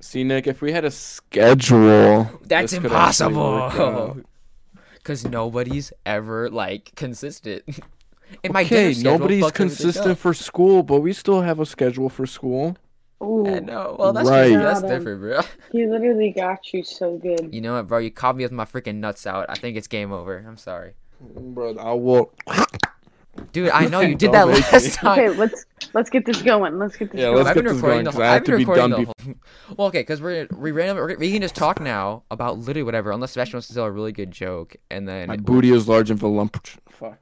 See, Nick, if we had a schedule, That's this could actually work impossible. out. Because nobody's ever like consistent. And my dinner Okay, schedule nobody's fucked everything consistent up. for school, but we still have a schedule for school. Ooh, Yeah, no, well that's Right. that's Adam. different, bro. he literally got you so good. You know what, bro? You caught me with my freaking nuts out. I think it's game over. I'm sorry, Bro, I will. dude. I know you did that Don't make me. last time. Okay, let's let's get this going. Let's get this Yeah, going. let's I've get been this recording going, the 'cause whole. I have I've to been be recording done the whole. Well, okay, because we're we randomly we can just talk now about literally whatever, unless Sebastian wants to tell a really good joke, and then My booty is large and volumpt- fuck.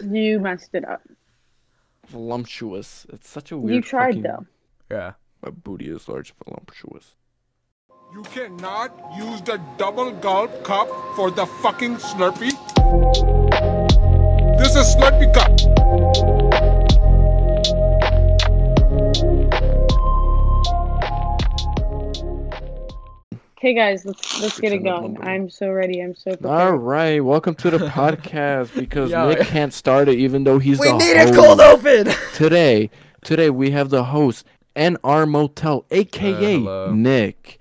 You messed it up. voluptuous. It's such a weird. You tried fucking- though. yeah. My booty is large and voluptuous. You cannot use the double gulp cup for the fucking Slurpee. This is Slurpee cup. Okay, guys, let's let's get it Pretend I'm going. mumbling. I'm so ready. I'm so prepared. All right, welcome to the podcast because Yeah. Nick can't start it even though he's We the need host. a cold open. Today, today we have the host NR Motel, aka Uh, hello. Nick,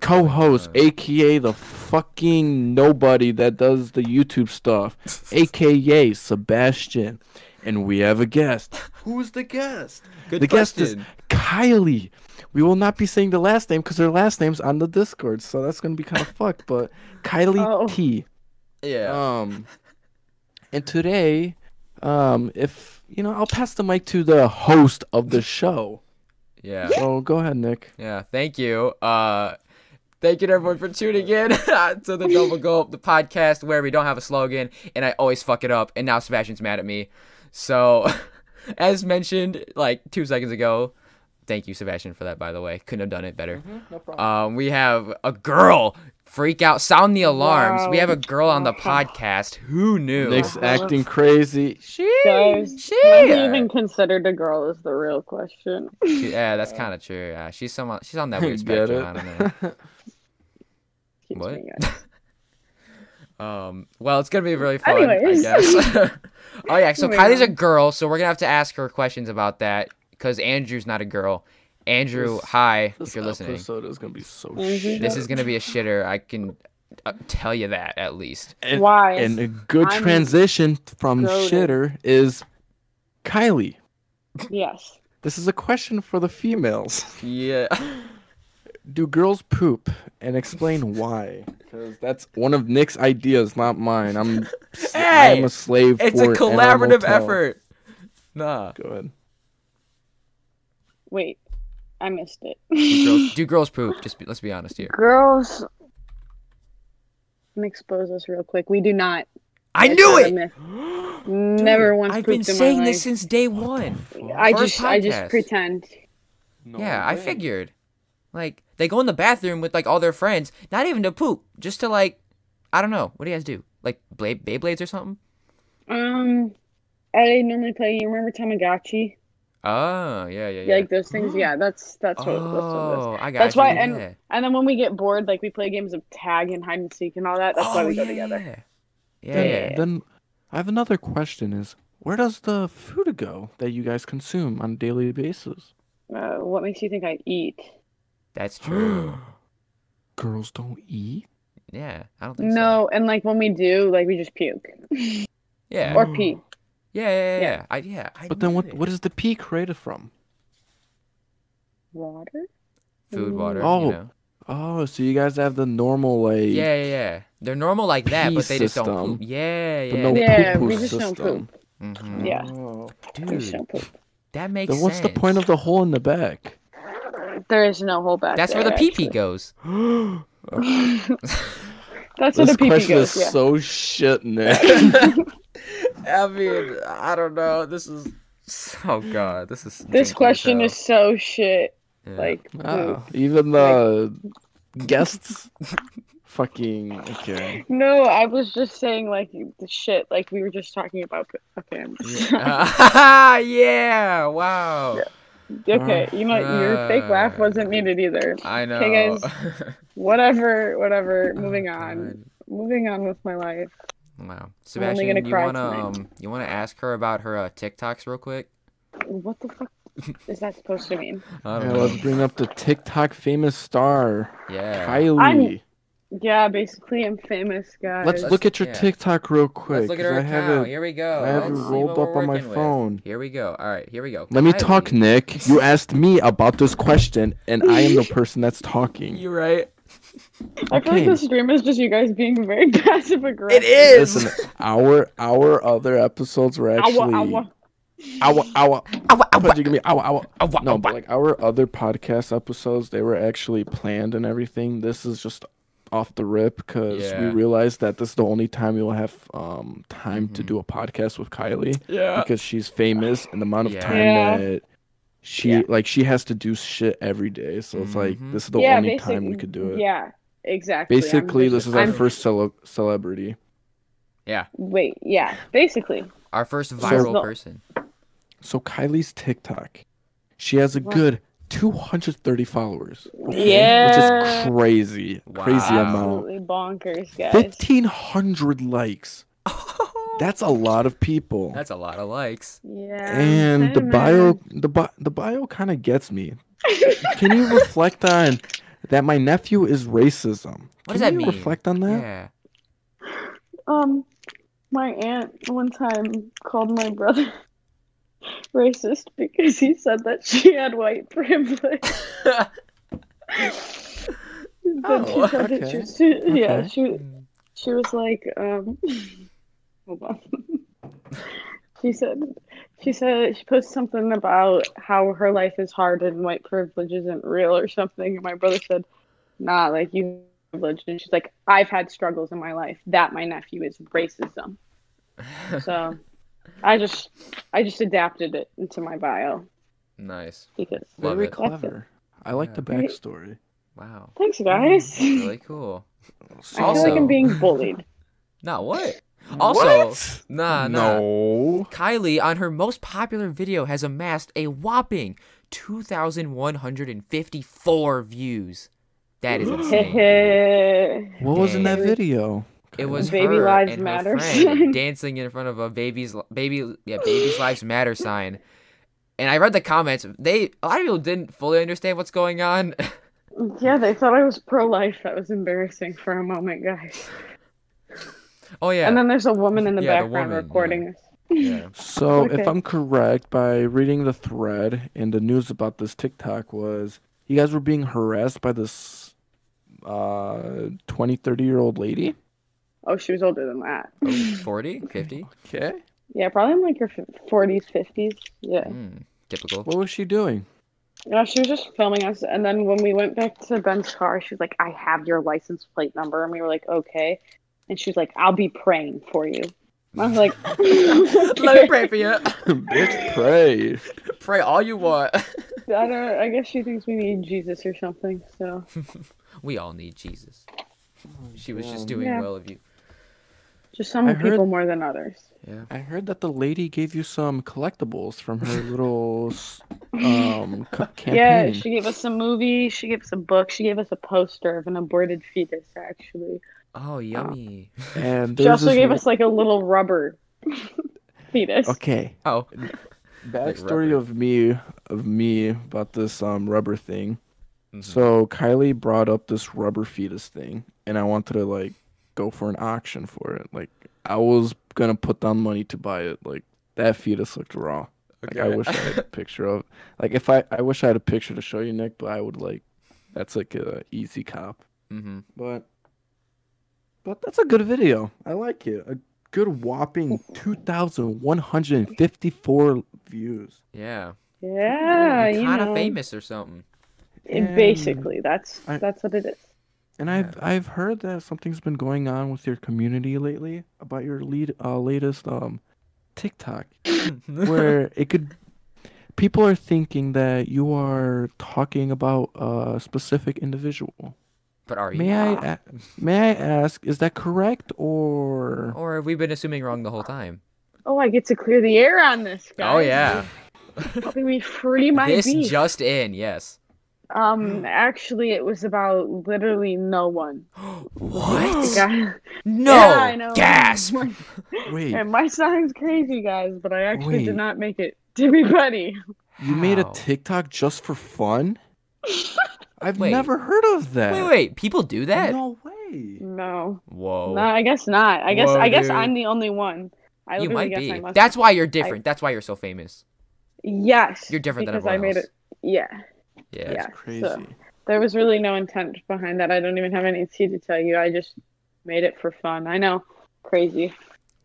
co-host, Eight. aka the fucking nobody that does the YouTube stuff, aka Sebastian, and we have a guest. Who's the guest? Good the guest is question. Kylie. We will not be saying the last name because their last name's on the Discord, so that's gonna be kind of fucked. But Kylie Oh. T. Yeah. Um, and today, um, if you know, I'll pass the mic to the host of the show. yeah. So Oh, go ahead, Nick. Yeah, thank you. Uh, thank you to everyone for tuning in to the Double Gulp, the podcast where we don't have a slogan and I always fuck it up, and now Sebastian's mad at me. So, as mentioned like two seconds ago, thank you, Sebastian, for that, by the way. Couldn't have done it better. Mm-hmm. Um, we have a girl. Freak out, sound the alarms. We Wow. have a girl on the podcast. Who knew? Nick's acting crazy. Guys, She. was he even considered a girl is the real question. Yeah, that's kind of true. Yeah, she's someone. She's on that weird Get spectrum. it? I don't know. Excuse What? me, guys. Um, well, it's gonna be really fun, Anyways. I guess. oh yeah, so Moving Kylie's a on. girl, so we're gonna have to ask her questions about that because Andrew's not a girl. Andrew, This- hi, This if you're listening. episode is gonna be so Mhm. shit. This is gonna be a shitter. I can uh, tell you that at least. and, Why? and a good I'm transition from goated. shitter is Kylie. Yes. This is a question for the females. Yeah. Do girls poop? And explain why. Because that's one of Nick's ideas, not mine. I'm, s- Hey, I'm a slave It's for it, and a I collaborative will tell. effort. Nah. Go ahead. Wait, I missed it. Do girls, do girls poop? Just be, let's be honest here. Girls, I'm gonna expose this real quick. We do not. I It's knew not a it. myth. Never once I've been pooped in my saying life. this since day one. I first just, I podcast. just pretend. yeah, I figured. Like they go in the bathroom with like all their friends, not even to poop, just to like, I don't know. What do you guys do? Like blade Beyblades or something? Um, I normally play. You remember Tamagotchi? Oh yeah yeah yeah. Like those things. Yeah, that's that's what. That's what it is. oh, I got That's you. why, yeah. and and then when we get bored, like we play games of tag and hide and seek and all that. That's why Oh, we go yeah. together. Yeah, Then, yeah. then I have another question: Is where does the food go that you guys consume on a daily basis? Uh, what makes you think I eat? That's true. Girls don't eat. yeah, I don't think so. No, and like when we do, like we just puke Yeah. Mm. or pee. yeah, yeah, yeah, yeah. yeah. I, yeah I But then knew what? it. What is the pee created from? Water. food, Mm. water? Oh. you know? Oh, so you guys have the normal like Yeah, yeah, yeah. They're normal like that, Pee but they just don't system. poop. Yeah, yeah. but no Yeah, poo we poo just don't system. hmm Yeah. Oh. There's no Dude, poop. that makes Then what's sense. the point of the hole in the back? There is no hole back. That's where the there, pee pee actually. goes. That's where this the pee pee question goes. is Yeah. so shit, Nick. I mean, I don't know. This is. Oh god, this is. This question is so shit. Like, Oh. Wow, even the guests. Fucking okay. no, I was just saying like the shit. Like we were just talking about. Okay, I'm just- Yeah. yeah. Wow. Oh, okay. You know, your fake laugh wasn't needed either. I know. Okay, guys. Whatever, whatever. Oh, Moving on. Moving on with my life. Wow, only Sebastian, gonna you cry wanna tonight. um, you wanna ask her about her uh, TikToks real quick? What the fuck? is that supposed to mean? I don't Yeah, know. let's bring up the TikTok famous star, Yeah. Kylie. Yeah, basically, I'm famous, guys. Let's look at your yeah. TikTok real quick. Let's look at 'cause her I have account. it- Here we go. I have Let's it see rolled what we're up on my working with. phone. Here we go. All right, here we go. Let me Kylie. talk, Nick. You asked me about this question, and I am the person that's talking. You right? I feel okay. like the stream is just you guys being very passive aggressive. It is. Listen, our our other episodes were actually Ow, ow, our our Ow, ow, you give me our our ow, no, ow, but like our other podcast episodes, they were actually planned and everything. This is just off the rip because Yeah. we realized that this is the only time we will have um time to Mm-hmm. do a podcast with Kylie Yeah. because she's famous and the amount of Uh, Yeah. time Yeah. that she Yeah. like she has to do shit every day. So it's Mhm. like this is the yeah, only basic- time we could do it. Yeah, exactly. I'm Basically, this is vicious. our I'm- first cele- celebrity. Wait, yeah, basically. Our first viral So- person. So Kylie's TikTok, she has a Wow. good 230 followers. Which Yeah. is crazy. Crazy Wow. amount. Absolutely bonkers, guys. 1500 likes. That's a lot of people. That's a lot of likes. Yeah. and the I'm bio the bi- the bio kind of gets me. Can you reflect on that my nephew is racism? What Can does that you mean? reflect on that? Yeah. Um, my aunt one time called my brother racist because he said that she had white privilege. But she Oh, said that she okay, was too, yeah, okay. she she was like, um, hold on. she said she said she posted something about how her life is hard and white privilege isn't real or something, and my brother said, nah, like you have privilege, and she's like, I've had struggles in my life. That my nephew is racism. So I just I just adapted it into my bio Nice. because Love Very it. clever. I like the Yeah. Right. backstory. Wow. thanks guys. Mm-hmm. Really cool. I feel like Also- I'm being bullied. Nah, what? Also, What? nah, Uh, nah. no. Kylie on her most popular video has amassed a whopping 2,154 views. That is insane. Baby What was in that Dang. video? it was Baby her lives and her matter. friend dancing in front of a baby's li- baby yeah baby's lives matter sign. And I read the comments. They a lot of people didn't fully understand what's going on. Yeah, they thought I was pro life. That was embarrassing for a moment, guys. oh yeah. And then there's a woman in the Yeah, the background woman, recording us. yeah. So, Okay. if I'm correct, by reading the thread and the news about this TikTok was you guys were being harassed by this uh 20 30 year old lady Oh, she was older than that. Oh, 40, 50. okay Yeah, probably in like her fif- 40s, 50s. Yeah. Mm, typical. what was she doing No, she was just filming us. And then when we went back to Ben's car, she was like, I have your license plate number. And we were like, okay. And she was like, I'll be praying for you. And I was like, Let me pray for you. bitch pray pray all you want. I don't know. I guess she thinks we need Jesus or something. So, we all need Jesus. Oh, She was just God. doing Yeah. well of you. just some I heard- people more than others. Yeah. i heard that the lady gave you some collectibles from her little s- um c- campaign Yeah, she gave us a movie. She gave us a book. She gave us a poster of an aborted fetus, actually. Oh, yummy. and she there's also this gave wo- us like a little rubber fetus. okay Oh. backstory rubber. of me of me about this um rubber thing Mm-hmm. So Kylie brought up this rubber fetus thing, and I wanted to like go for an auction for it. Like I was gonna put down money to buy it. Like that fetus looked raw. Like I wish I had a picture of. Like if I I wish I had a picture to show you, Nick. But I would like. That's like a easy cop. hmm But. But that's a good video. I like it. A good whopping two thousand one hundred and fifty-four views. Yeah. Yeah, You're Uh, you kind of know, famous or something. it- basically, that's I- that's what it is. And I've I've heard that something's been going on with your community lately about your lead uh, latest um TikTok where it could people are thinking that you are talking about a specific individual. but are you? May I a- may I ask is that correct or Or have we been assuming wrong the whole time? Oh, I get to clear the air on this guy. Oh yeah. helping me free my this beef. just in. Yes. um, actually, it was about literally no one. what? Guy- No. Yeah, I know. Gasp. wait And my sound's crazy, guys, but I actually Wait. did not make it to be funny. You made a How? TikTok just for fun? I've Wait. never heard of that. Wait, wait, people do that? No way. No. Whoa. No, I guess not. I guess Oh. Whoa, I guess dude. I'm the only one. I you literally might guess I be. must That's why you're different. That's why you're so famous. yes. You're different than because everyone I made else. it. Yeah. Yeah. yeah. That's crazy. There was really no intent behind that. I don't even have any tea to tell you. I just made it for fun. I know. Crazy.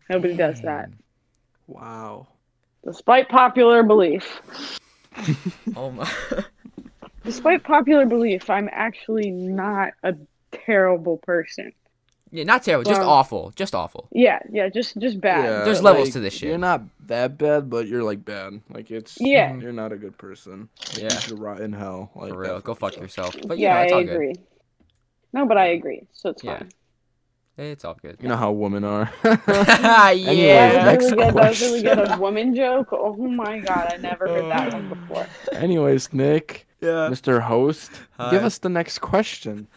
Nobody does that. Dang. Wow. Despite popular belief. Oh my. Despite popular belief, I'm actually not a terrible person. yeah, not terrible. Just Well- awful. Just awful. Yeah, yeah, just just bad. Yeah, There's but, levels like, to this shit. You're not that bad, but you're like bad. Like it's Yeah. You're not a good person. Yeah. You should rot in hell. Like For real. that Go fuck stuff. yourself. like, But you yeah, know, it's I all agree. No, but I agree. So it's Yeah. fine. good. It's all good. You know how women are. That yeah. Anyways, Next was really good. That was really question. good. A woman joke. Oh my god, I never heard that one before. Anyways, Nick, Yeah. Mr. Host, give Hi. us the next question.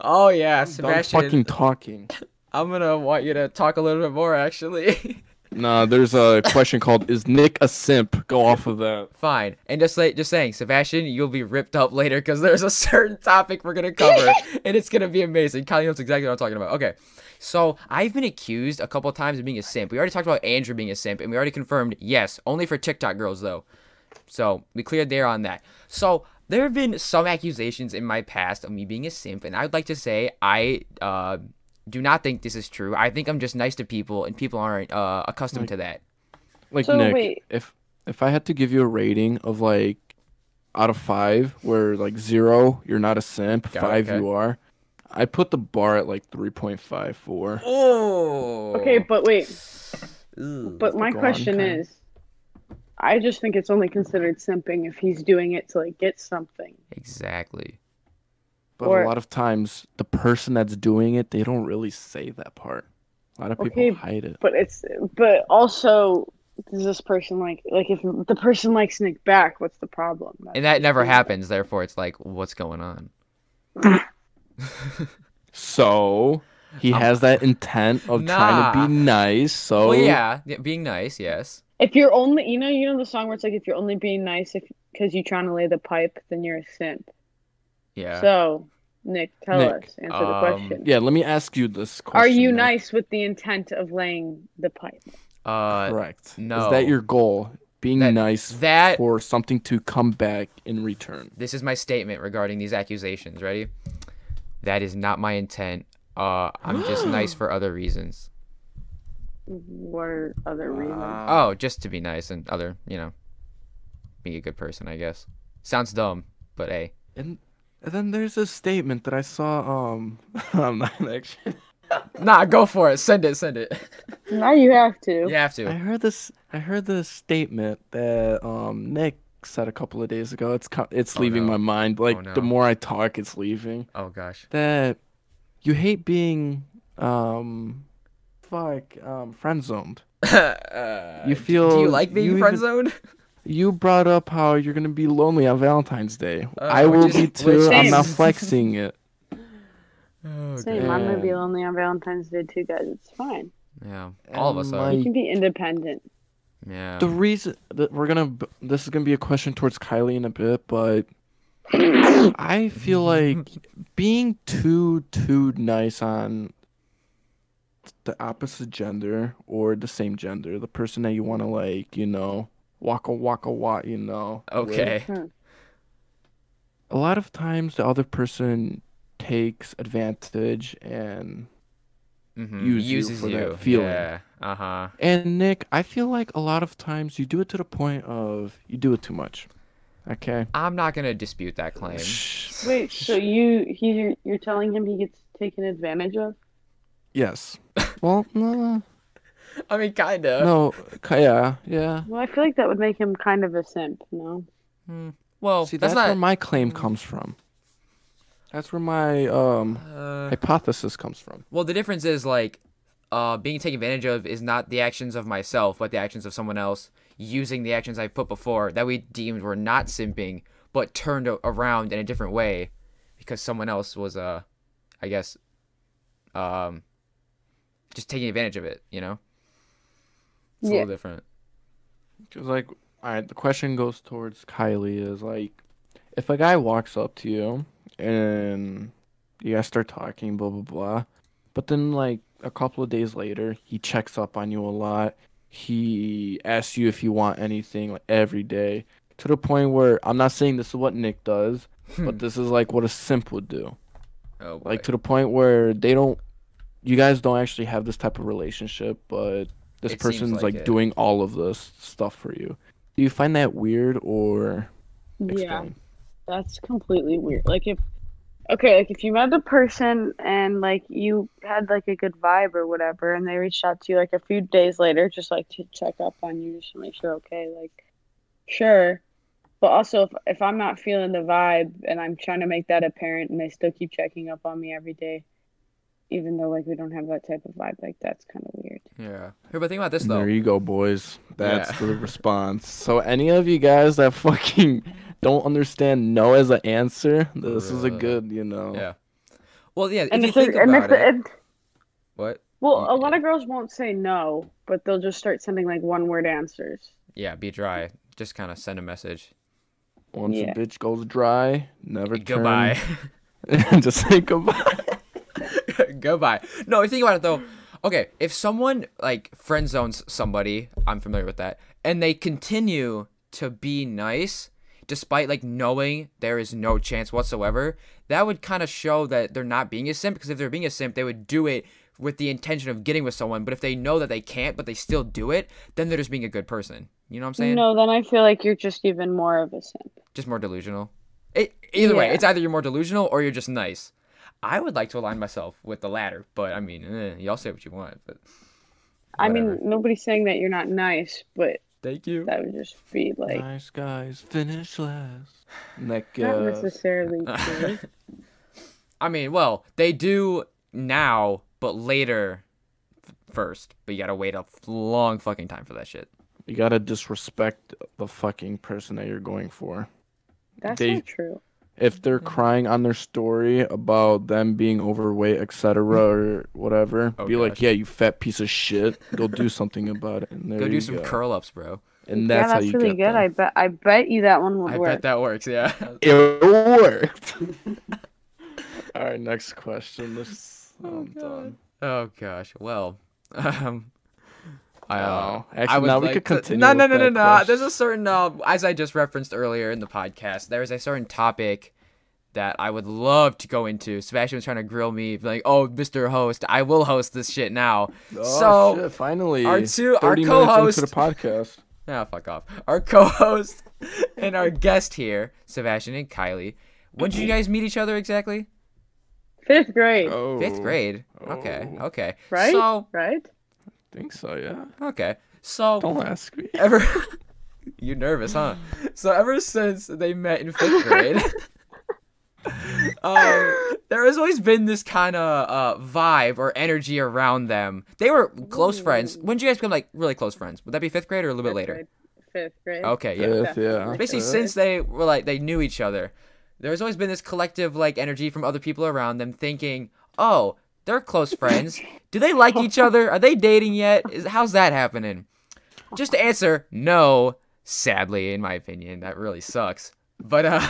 Oh yeah, Stop Sebastian. fucking talking. I'm gonna want you to talk a little bit more actually. No, there's a question called "Is Nick a simp?" Go off of that. Fine. And just like just saying, Sebastian, you'll be ripped up later because there's a certain topic we're gonna cover, and it's gonna be amazing. Kyle knows exactly what I'm talking about. Okay. So I've been accused a couple of times of being a simp. We already talked about Andrew being a simp, and we already confirmed yes, only for TikTok girls though. So we cleared there on that. So there have been some accusations in my past of me being a simp, and I would like to say I uh, do not think this is true. I think I'm just nice to people, and people aren't uh, accustomed to that. Like So, Nick, wait. if if I had to give you a rating of like out of five, where like zero you're not a simp, Got it, five okay. you are, I put the bar at like three point five four. Oh. Okay, but wait. Ooh. But Oh, my Go on, question Kyle. is, I just think it's only considered simping if he's doing it to like get something. Exactly. But Or- a lot of times, the person that's doing it, they don't really say that part. A lot of people Okay, hide it. But it's but also does this person like like if the person likes Nick back, what's the problem? And that never happens, therefore it's like, what's going on? So he has that intent of trying to be nice. So Oh yeah, yeah, being nice, yes. If you're only, you know, you know the song where it's like, if you're only being nice if because you're trying to lay the pipe, then you're a simp. Yeah. So, Nick, tell Nick, us, answer um, the question. Yeah, let me ask you this question. Are you Nick. nice with the intent of laying the pipe? uh Correct. Is no. that your goal? Being That- nice that for something to come back in return. this is my statement regarding these accusations, ready? That is not my intent. Uh I'm just nice for other reasons. What are other reasons? Uh, Oh, just to be nice and other, you know, be a good person, I guess. Sounds dumb, but hey. And, and then there's a statement that I saw. Um, I'm not actually. Nah, go for it. Send it, send it. Now you have to. you have I to. heard this. I heard this statement that um Nick said a couple of days ago. It's co- it's Oh, leaving no. my mind. Like no. the more I talk, it's leaving. Oh gosh. That you hate being um, fuck um friend zoned. Uh, You d- Do you feel- like being you friend even- zoned? You brought up how you're gonna be lonely on Valentine's Day. Uh, I will which is- be too. which I'm not is- flexing it. Oh, Same. I'm gonna be Yeah. lonely on Valentine's Day too, guys. It's fine. Yeah, all of us And, are. like, You can be independent. yeah. The reason that we're gonna b- this is gonna be a question towards Kylie in a bit, but I feel like being too too nice on the opposite gender or the same gender, the person that you want to like, you know, walk a walk a walk, you know. with, okay. a lot of times the other person takes advantage and Mm-hmm. use you Uses for that you. feeling. Yeah. Uh huh. and Nick, I feel like a lot of times you do it to the point of you do it too much. Okay. I'm not gonna dispute that claim. Wait, so you he you're, you're telling him he gets taken advantage of? Yes. Well, no, I mean, kinda. no, k- yeah, yeah. Well, I feel like that would make him kind of a simp. No. Well, See, that's, that's, where not. my claim comes from. That's where my um uh, hypothesis comes from. well, the difference is like, uh, being taken advantage of is not the actions of myself, but the actions of someone else using the actions I put before that we deemed were not simping, but turned a- around in a different way, because someone else was uh, I guess, um, just taking advantage of it. You know, it's a Yeah. little different. Cause like All right, the question goes towards Kylie is like, if a guy walks up to you and you guys start talking, blah blah blah, but then like a couple of days later, he checks up on you a lot. He asks you if you want anything like every day to the point where I'm not saying this is what Nick does, but this is like what a simp would do. Oh, Like boy. to the point where they don't, you guys don't actually have this type of relationship, but this It seems person's like like it. doing all of this stuff for you. Do you find that weird or? Yeah. Explain. That's completely weird. Like if okay, like if you met a person and like you had like a good vibe or whatever and they reached out to you like a few days later just like to check up on you just to make sure okay, like sure. But also if if I'm not feeling the vibe and I'm trying to make that apparent and they still keep checking up on me every day, even though like we don't have that type of vibe, like that's kind of weird. yeah. Here, but think about this though. There you go, boys. That's Yeah. the response. So any of you guys that fucking don't understand no as an answer, this is a Bruh. good, you know. Yeah. Well, yeah. if And you if they're- think and if about they're- it, and- what? well, a lot of girls won't say no, but they'll just start sending like one word answers. Yeah, be dry. Just kind of send a message. Once Yeah. a bitch goes dry, never turn- Goodbye. Just say goodbye. Goodbye. No, think about it though. Okay, if someone like friend zones somebody, I'm familiar with that, and they continue to be nice despite like knowing there is no chance whatsoever, that would kind of show that they're not being a simp because if they're being a simp, they would do it with the intention of getting with someone, but if they know that they can't but they still do it, then they're just being a good person. You know what I'm saying? No, then I feel like you're just even more of a simp. just more delusional. It, either way, Yeah. it's either you're more delusional or you're just nice. I would like to align myself with the latter, but I mean, eh, y'all say what you want. But I Whatever. mean, nobody's saying that you're not nice, but thank you. that would just be like nice guys finish last. Nick, not uh, necessarily true. I mean, well, they do now, but later f- first. But you gotta wait a f- long fucking time for that shit. you gotta disrespect the fucking person that you're going for. That's They- not true. If they're Mm-hmm. crying on their story about them being overweight, etc., or whatever, Oh, be like, gosh. "Yeah, you fat piece of shit. Go do something about it." And there go you do some curl ups, bro. And yeah, that's, that's how you really get good. them. I bet. I bet you that one would I work. bet that works. Yeah. It worked. All right, next question. This Oh, I'm God. done. oh gosh. Well. Um. I, uh, Oh, actually, would now we like could to- continue. No, no, with no, no, that no. question. There's a certain, uh, as I just referenced earlier in the podcast, there is a certain topic that I would love to go into. Sebastian was trying to grill me, like, "Oh, Mr. Host, I will host this shit now." Oh, so, shit, finally, our two- our 30 minutes into co-host- the podcast. ah, fuck off. Our co-host and our guest here, Sebastian and Kylie. When did you guys meet each other exactly? Fifth grade, Oh, Fifth grade. Okay, Oh. okay. right? So, right? think so. Yeah. okay. So, Don't ask me. ever you're nervous huh Mm. so ever since they met in fifth grade um, there has always been this kind of uh, vibe or energy around them they were close friends when did you guys become like really close friends would that be fifth grade or a little bit Fifth later grade. Fifth grade. okay yeah Fifth, yeah. basically Okay. since they were like they knew each other there's always been this collective like energy from other people around them thinking oh they're close friends do they like each other are they dating yet Is, how's that happening just to answer no sadly in my opinion that really sucks but uh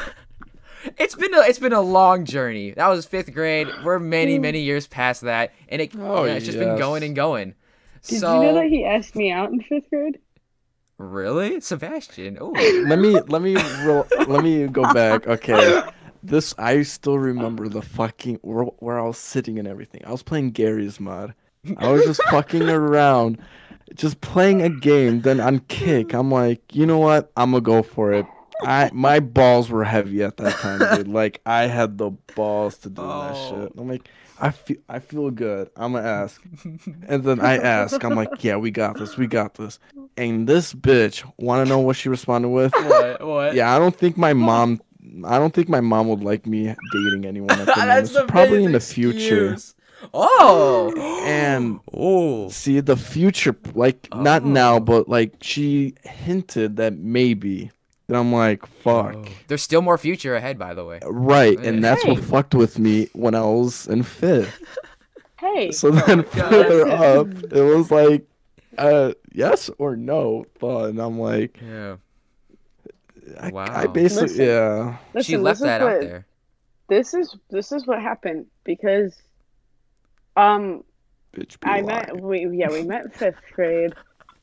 it's been a, it's been a long journey that was fifth grade we're many many years past that and it, Oh, yeah, it's just been yes. going and going Did so you know that he asked me out in fifth grade? really sebastian oh let me let me roll, let me go back. Okay, this I still remember the fucking where, where I was sitting and everything. I was playing Gary's mod. I was just fucking around, just playing a game. Then on kick, I'm like, you know what? I'm gonna go for it. I my balls were heavy at that time, dude. Like I had the balls to do that Oh. shit. I'm like, I feel I feel good. I'm gonna ask, and then I ask. I'm like, yeah, we got this. We got this. And this bitch, wanna know what she responded with? what what Yeah, I don't think my mom. I don't think my mom would like me dating anyone at the moment. That's So the Probably biggest in the future. excuse. Oh. And oh. see the future, like not Oh. now, but like she hinted that maybe. And I'm like, fuck. Oh. There's still more future ahead, by the way. Right, and that's what Hey. fucked with me when I was in fifth. Hey, oh So then God. further up, it was like, uh, yes or no. thought, And I'm like, Yeah. I, I Wow. basically Listen. yeah. Listen, she left this is that out what- there. This is this is what happened because, um, Bitch be I alive. met we yeah we met in fifth grade.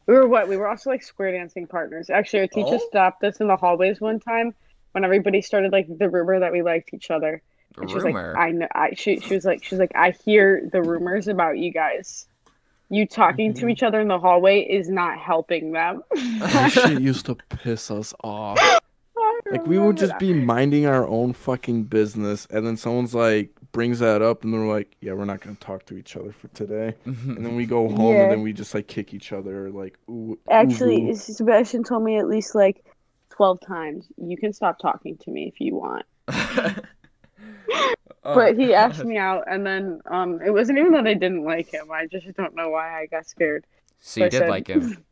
We were what we were also like square dancing partners. Actually, our teacher Oh? stopped us in the hallways one time when everybody started like the rumor that we liked each other. And she's like, Rumor. I know. I she she was like she's like I hear the rumors about you guys. You talking Mm-hmm. to each other in the hallway is not helping them. That shit used to piss us off. Like we would just be minding our own fucking business, and then someone's like brings that up, and they're like, "Yeah, we're not gonna talk to each other for today." And then we go home, Yeah. and then we just like kick each other, like, "Ooh." Actually, ooh. Sebastian told me at least like twelve times. You can stop talking to me if you want. Oh. But he asked me out, and then um, it wasn't even that I didn't like him. I just don't know why I got scared. So you I did said- like him.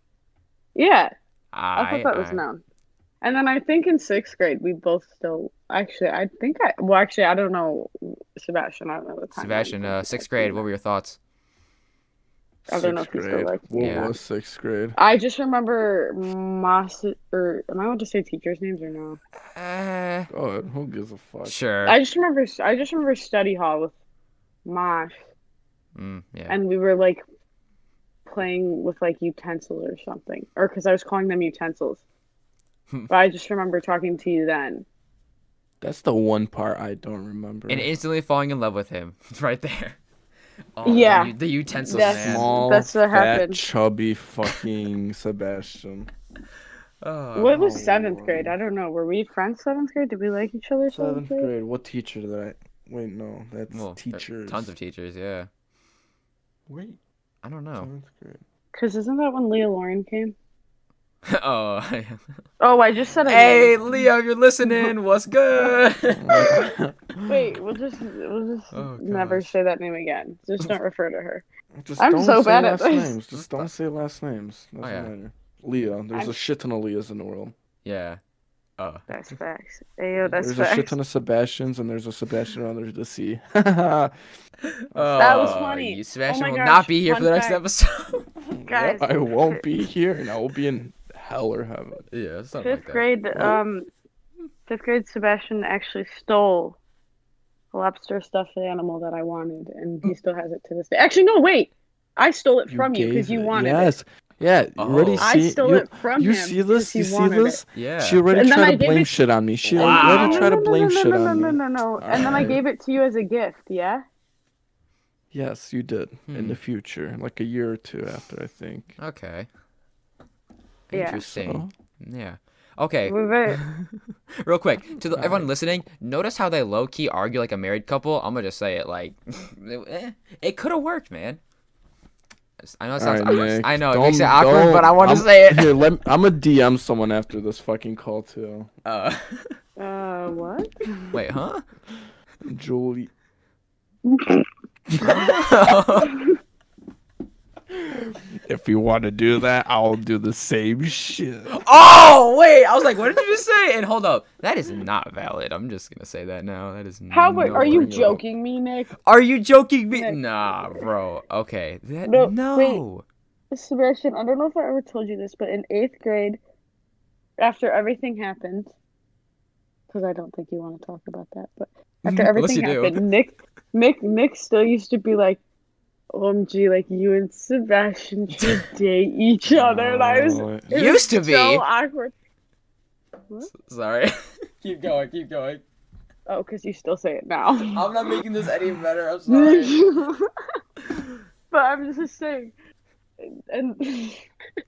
Yeah, I, I, uh, thought that was I- known. And then I think in sixth grade we both still actually I think I well actually I don't know Sebastian I don't know the time. Sebastian, uh, sixth grade. What were your thoughts? I don't know if Sixth he's still grade. like- What Yeah. was sixth grade? I just remember Moss or am I allowed to say teachers' names or no? Uh, God, who gives a fuck? sure. I just remember I just remember study hall with Mosh Mm, yeah. and we were like playing with like utensils or something or because I was calling them utensils. Hmm. but I just remember talking to you then. That's the one part I don't remember. And instantly falling in love with him. It's right there. Oh, the Yeah. u- The utensils, That's- man. Small, that's what fat, happened. chubby fucking Sebastian. Oh. What was Oh, seventh Lord. grade? I don't know. Were we friends seventh grade? Did we like each other Seventh seventh, grade? grade. What teacher did I? Wait, no, that's Well, there- teachers. Tons of teachers, yeah. Wait, I don't know. seventh grade. Because isn't that when Leah Lauren came? oh. Oh, I just said it. hey, Leo, if you're listening. What's good? Wait, we'll just we'll just Oh, never gosh. say that name again. Just don't refer to her. Just I'm don't so say bad at last this. names. Just don't say last names. Doesn't Oh, yeah. matter. Leah. There's I'm- a shit ton of Leahs in the world. yeah. Oh. That's facts. Ayo, that's there's a shit facts. ton of Sebastians, and there's a Sebastian under the sea. Yep, That was Oh, funny. You, Oh Sebastian my will gosh, not be here for fun the next fact. episode. Guys, I won't be here, and I will be in hell or heaven. yeah, something Fifth like that. grade, um, fifth grade Sebastian actually stole a lobster stuffed animal that I wanted, and Hmm. he still has it to this day. Actually, no, wait, I stole it from you because gave you it- wanted it. yes. Yeah, you already Oh. see I stole you, it from you him see this? because he You see wanted it. this? Yeah. She already And then I tried to gave blame it- shit on me. She Wow. already No, tried to blame no, shit no, no, on no, me. no, no. And then I Alright. gave it to you as a gift, yeah? Yes, you did in Hmm. the future, like a year or two after, I think. Okay. Yeah. Interesting. So, Yeah. Okay, We're very- real quick to the, everyone listening, notice how they low key argue like a married couple. I'm gonna just say it like, eh, it could have worked, man. I know it sounds. Alright, awkward. Nick, I know it don't- makes it awkward, don't- but I want to I'm- say it. Here, let I'm gonna DM someone after this fucking call too. Uh, Uh, what? wait, huh? Julie, if you want to do that, I'll do the same shit. oh wait, I was like, what did you just say? And hold up, that is not valid. I'm just gonna say that now. That is How Not wait, are you worries. joking me, Nick? Are you joking me? Nick. Nah, bro. Okay. That, no. No, wait. Sebastian, I don't know if I ever told you this, but in eighth grade, after everything happened, because I don't think you want to talk about that, but after Unless everything you do. happened, Nick, Nick, Nick still used to be like, "OMG, like you and Sebastian should date each other," and I was Oh, it was Used to be. so awkward. Sorry. keep going. Keep going. Oh, because you still say it now. I'm not making this any better. I'm but I'm just saying, and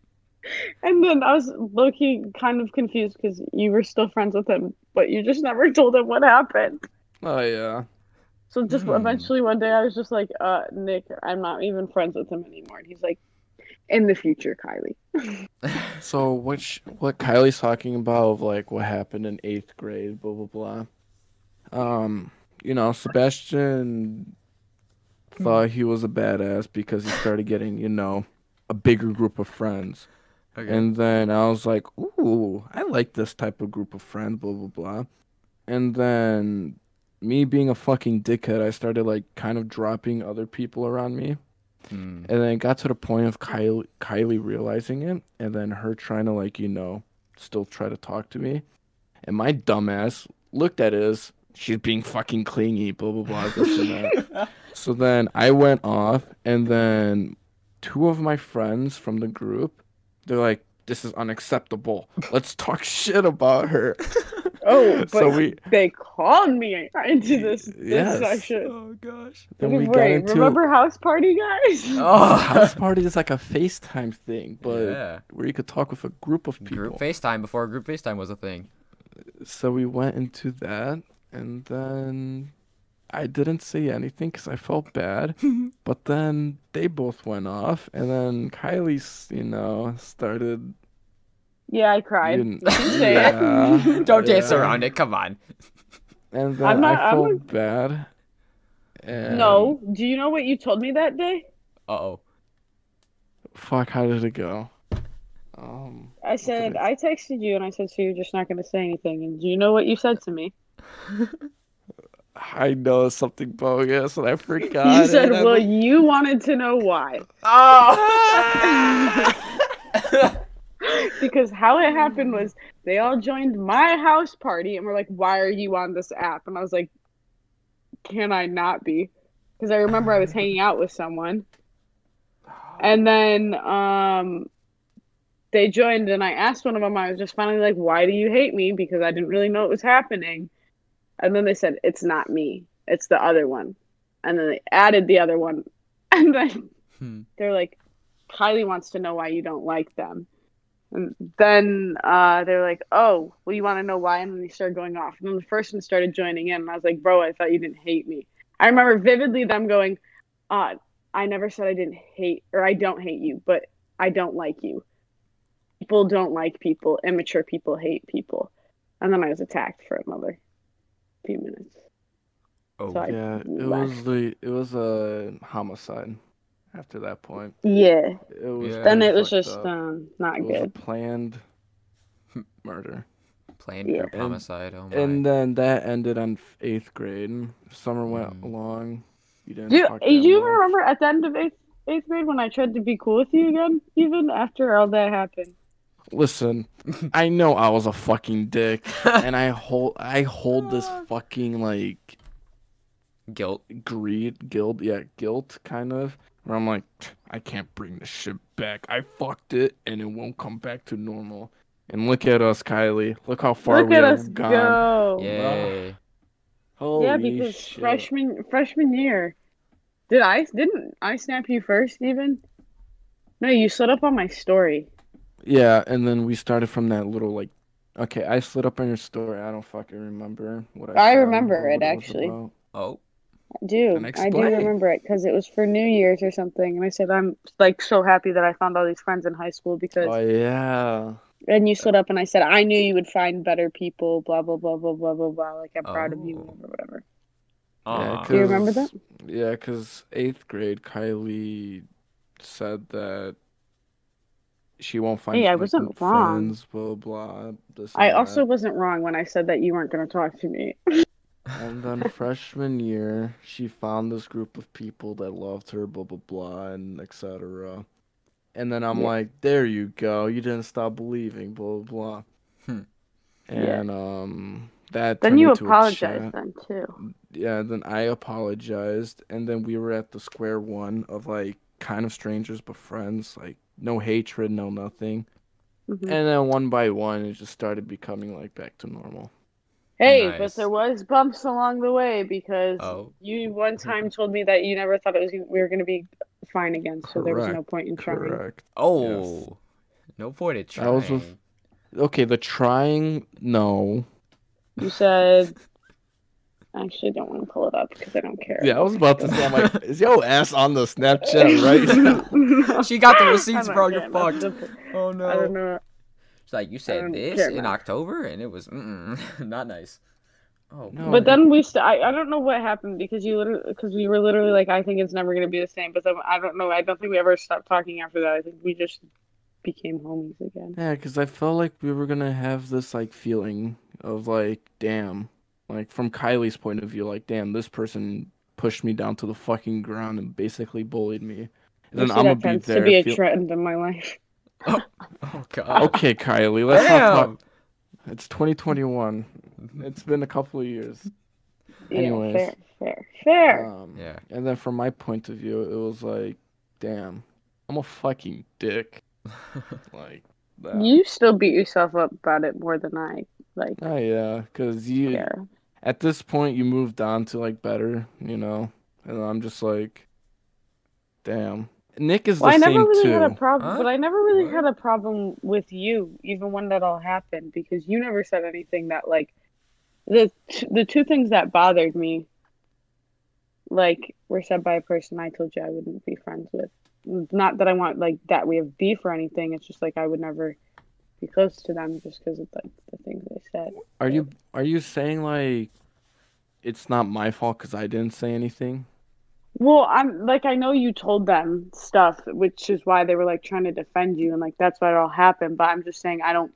and then I was looking kind of confused because you were still friends with him, but you just never told him what happened. Oh yeah. So just Hmm. eventually one day I was just like, uh, Nick, I'm not even friends with him anymore. And he's like, in the future, Kylie. So what? Sh- what Kylie's talking about of like what happened in eighth grade, blah blah blah. Um, you know, Sebastian thought he was a badass because he started getting, you know, a bigger group of friends. Okay. And then I was like, ooh, I like this type of group of friends, blah, blah, blah. And then me being a fucking dickhead, I started like kind of dropping other people around me. Hmm. And then it got to the point of Kylie, Kylie realizing it and then her trying to like, you know, still try to talk to me. And my dumbass looked at it as she's being fucking clingy, blah blah blah. This and that. so then I went off, and then two of my friends from the group, they're like, "This is unacceptable. Let's talk shit about her." Oh, but so we they called me into this, this Yes. session. Oh gosh. then we got Wait, into remember house party, guys? house Oh. party is like a FaceTime thing, but yeah. where you could talk with a group of people. Group FaceTime before group FaceTime was a thing. so we went into that and then i didn't say anything because i felt bad but then they both went off and then kylie s- you know started Yeah, I cried. you kn- say it. Don't dance yeah. around it. Come on. and then I'm not- i I'm felt not- bad and No, do you know what you told me that day? Uh oh. fuck how did it go um I said I texted you and I said, so you're just not going to say anything. And do you know what you said to me? i know something bogus and i forgot you said, and I'm well, like- you wanted to know why. Oh. Because how it happened was they all joined my house party and were like, why are you on this app? And I was like, can I not be? Because I remember I was hanging out with someone. And then um, they joined, and I asked one of them, I was just finally like, why do you hate me? Because I didn't really know what was happening. And then they said, it's not me, it's the other one. And then they added the other one. And then Hmm. they're like, Kylie wants to know why you don't like them. And then uh, they're like, oh, well, you want to know why? And then they started going off. And then the first one started joining in. And I was like, bro, I thought you didn't hate me. I remember vividly them going, uh, I never said I didn't hate or I don't hate you, but I don't like you. People don't like people. Immature people hate people. And then I was attacked for another few minutes. Oh. Sorry. I yeah it was left. the it was a homicide after that point Yeah. It was Yeah. Then pretty it was fucked just up. um, not it was a good. planned murder, Planned Yeah. group homicide. Oh my. and then that ended on f- eighth grade. Summer went Mm. along. You didn't. Do you, talk do that you much. remember at the end of eighth, eighth grade when I tried to be cool with you again, even after all that happened? Listen, I know I was a fucking dick, and I hold I hold this Ah. fucking like Guilt. greed, guilt, yeah, guilt kind of. Where I'm like, "Tch, I can't bring this shit back. I fucked it, and it won't come back to normal. And look at us, Kylie. Look how far Look we at have us gone. go. Yay. Holy Yeah, because shit. freshman freshman year, did I didn't I snap you first even? No, you slid up on my story. Yeah, and then we started from that little like, okay, I slid up on your story. I don't fucking remember what I. I said or remember what it, was actually. about. Oh. I do. And I do explain. remember it because it was for New Year's or something, and I said I'm like so happy that I found all these friends in high school because Oh yeah. and you slid up and I said I knew you would find better people, blah blah blah blah blah blah blah. Like I'm proud of you, Oh. or whatever. Yeah, Aw. Do you remember that? 'cause- Yeah, because eighth grade, Kylie said that she won't find. Hey, I like, wasn't good wrong. Friends, blah blah. This I and also that. wasn't wrong when I said that you weren't going to talk to me. And then freshman year, she found this group of people that loved her, blah blah blah, and etc. And then I'm Yeah. like, there you go, you didn't stop believing, blah blah blah. Hmm. Yeah. And um, that Then turned you into a apologized chat. then too. Yeah, then I apologized, and then we were at the square one of like kind of strangers but friends, like no hatred, no nothing. Mhm. And then one by one, it just started becoming like back to normal. Hey, Nice. but there was bumps along the way because Oh. you one time told me that you never thought it was gonna- we were going to be fine again, so there was no Correct, point in trying. Correct. Oh. No point in That trying. was a- Okay, the trying, no. You said, I actually don't want to pull it up because I don't care. Yeah, I was about to say, I'm like, is your ass on the Snapchat right No. She got the I'm receipts, not bro. You're kidding. That's fucked. the- Oh I don't no. know. She's like, you I said don't this care in now. October, and it was mm-mm, not nice. Oh. No. But then we, st- I, I don't know what happened because you literally, because we were literally like, I think it's never gonna be the same. But then I don't know. I don't think we ever stopped talking after that. I think we just became homies again. Yeah, because I felt like we were gonna have this like feeling of like, damn, like from Kylie's point of view, like, damn, this person pushed me down to the fucking ground and basically bullied me. And then See, I'm gonna that be tends there. to be a feel- trend in my life. Oh god. okay, Kylie, let's not talk. It's 2021. It's been a couple of years. Yeah, Anyways. fair, fair, fair. Um, Yeah. And then from my point of view, it was like, damn, I'm a fucking dick. like that. you still beat yourself up about it more than I like Oh yeah, because you care. at this point you moved on to like better, you know, and I'm just like, damn. Nick is Well, I the never same really too. had a problem, Huh? but I never really What? had a problem with you, even when that all happened, because you never said anything that like the t- the two things that bothered me, like were said by a person I told you I wouldn't be friends with. Not that I want like that we have beef or anything. It's just like I would never be close to them just because of like the things they said. Are you are you saying like it's not my fault because I didn't say anything? Well, I'm like I know you told them stuff, which is why they were like trying to defend you and like that's why it all happened, but I'm just saying I don't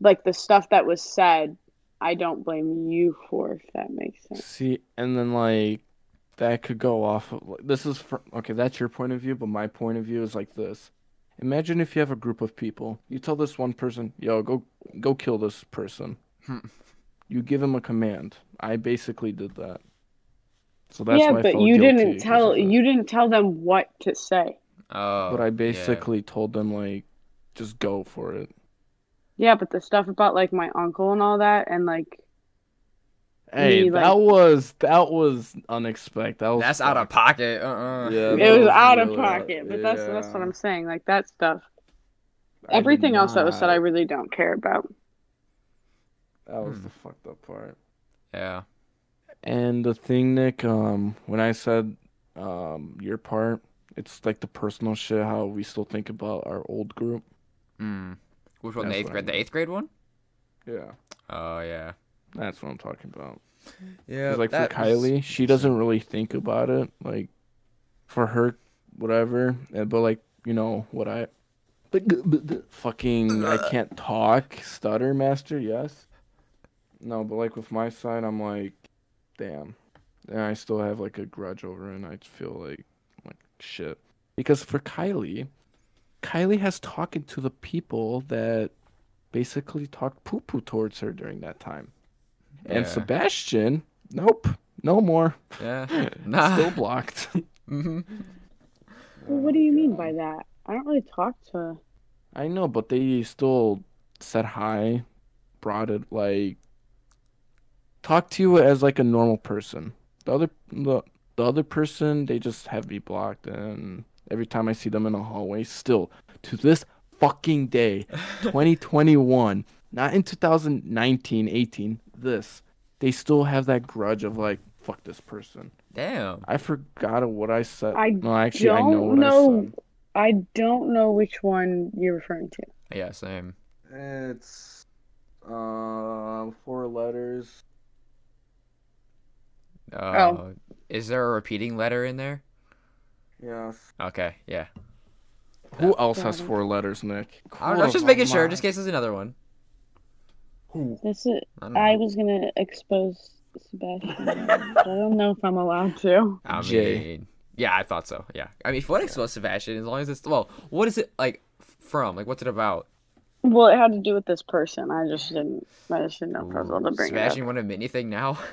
like the stuff that was said, I don't blame you for if that makes sense. See, and then like that could go off of like, this is fr okay, that's your point of view, but my point of view is like this. Imagine if you have a group of people. You tell this one person, "Yo, go go kill this person." Hmm. You give him a command. I basically did that. So that's Yeah, why I but felt you guilty didn't 'cause tell of that. you didn't tell them what to say. Oh, But I yeah. basically told them like just go for it. Yeah, but the stuff about like my uncle and all that and like Hey, Me, that like- was that was unexpected. That was That's out of fucked. pocket. Uh-uh. Yeah, it that was was out of really out- pocket, but that's that's what yeah. I'm saying. Like that stuff. I did Everything else that was said I not- really don't care about. That was Hmm. the fucked up part. Yeah. And the thing, Nick, um, when I said um your part, it's like the personal shit how we still think about our old group. Mm. Which one? The That's eighth what I grade. The mean. eighth grade one. Yeah. Oh yeah. That's what I'm talking about. Yeah. 'Cause, like for Kylie, she doesn't really think about it. Like for her, whatever. And, but like, you know, what I fucking I can't talk, stutter master, yes. No, but like with my side, I'm like, damn. And I still have like a grudge over it and I feel like like shit. Because for Kylie, Kylie has talking to the people that basically talked poo poo towards her during that time. And Yeah. Sebastian, nope, no more. Yeah. Nah. Still blocked. Mhm. Well, what do you mean by that? I don't really talk to I know, but they still said hi, brought it like talk to you as like a normal person. The other the, the other person, they just have me blocked and every time I see them in the hallway still to this fucking day, 2021, not in 2019, 18, this, they still have that grudge of like fuck this person. Damn. I forgot what I said. I no, actually, I know don't what know- I don't know which one you're referring to. Yeah. Same. I said. It's uh, four letters. Oh. Uh, Is there a repeating letter in there? Yes. Okay. Yeah. Who else got has it. four letters, Nick? I don't know. I was just Come making sure, on. just in case there's another one. Who? This is I don't know. I was gonna expose Sebastian. but I don't know if I'm allowed to. I mean, Jay. yeah, I thought so. Yeah, I mean, if you want to expose Sebastian, as long as it's well, what is it like f- from? Like, what's it about? Well, it had to do with this person. I just didn't. I just didn't know if I was Ooh, allowed to bring Sebastian it want to admit anything now?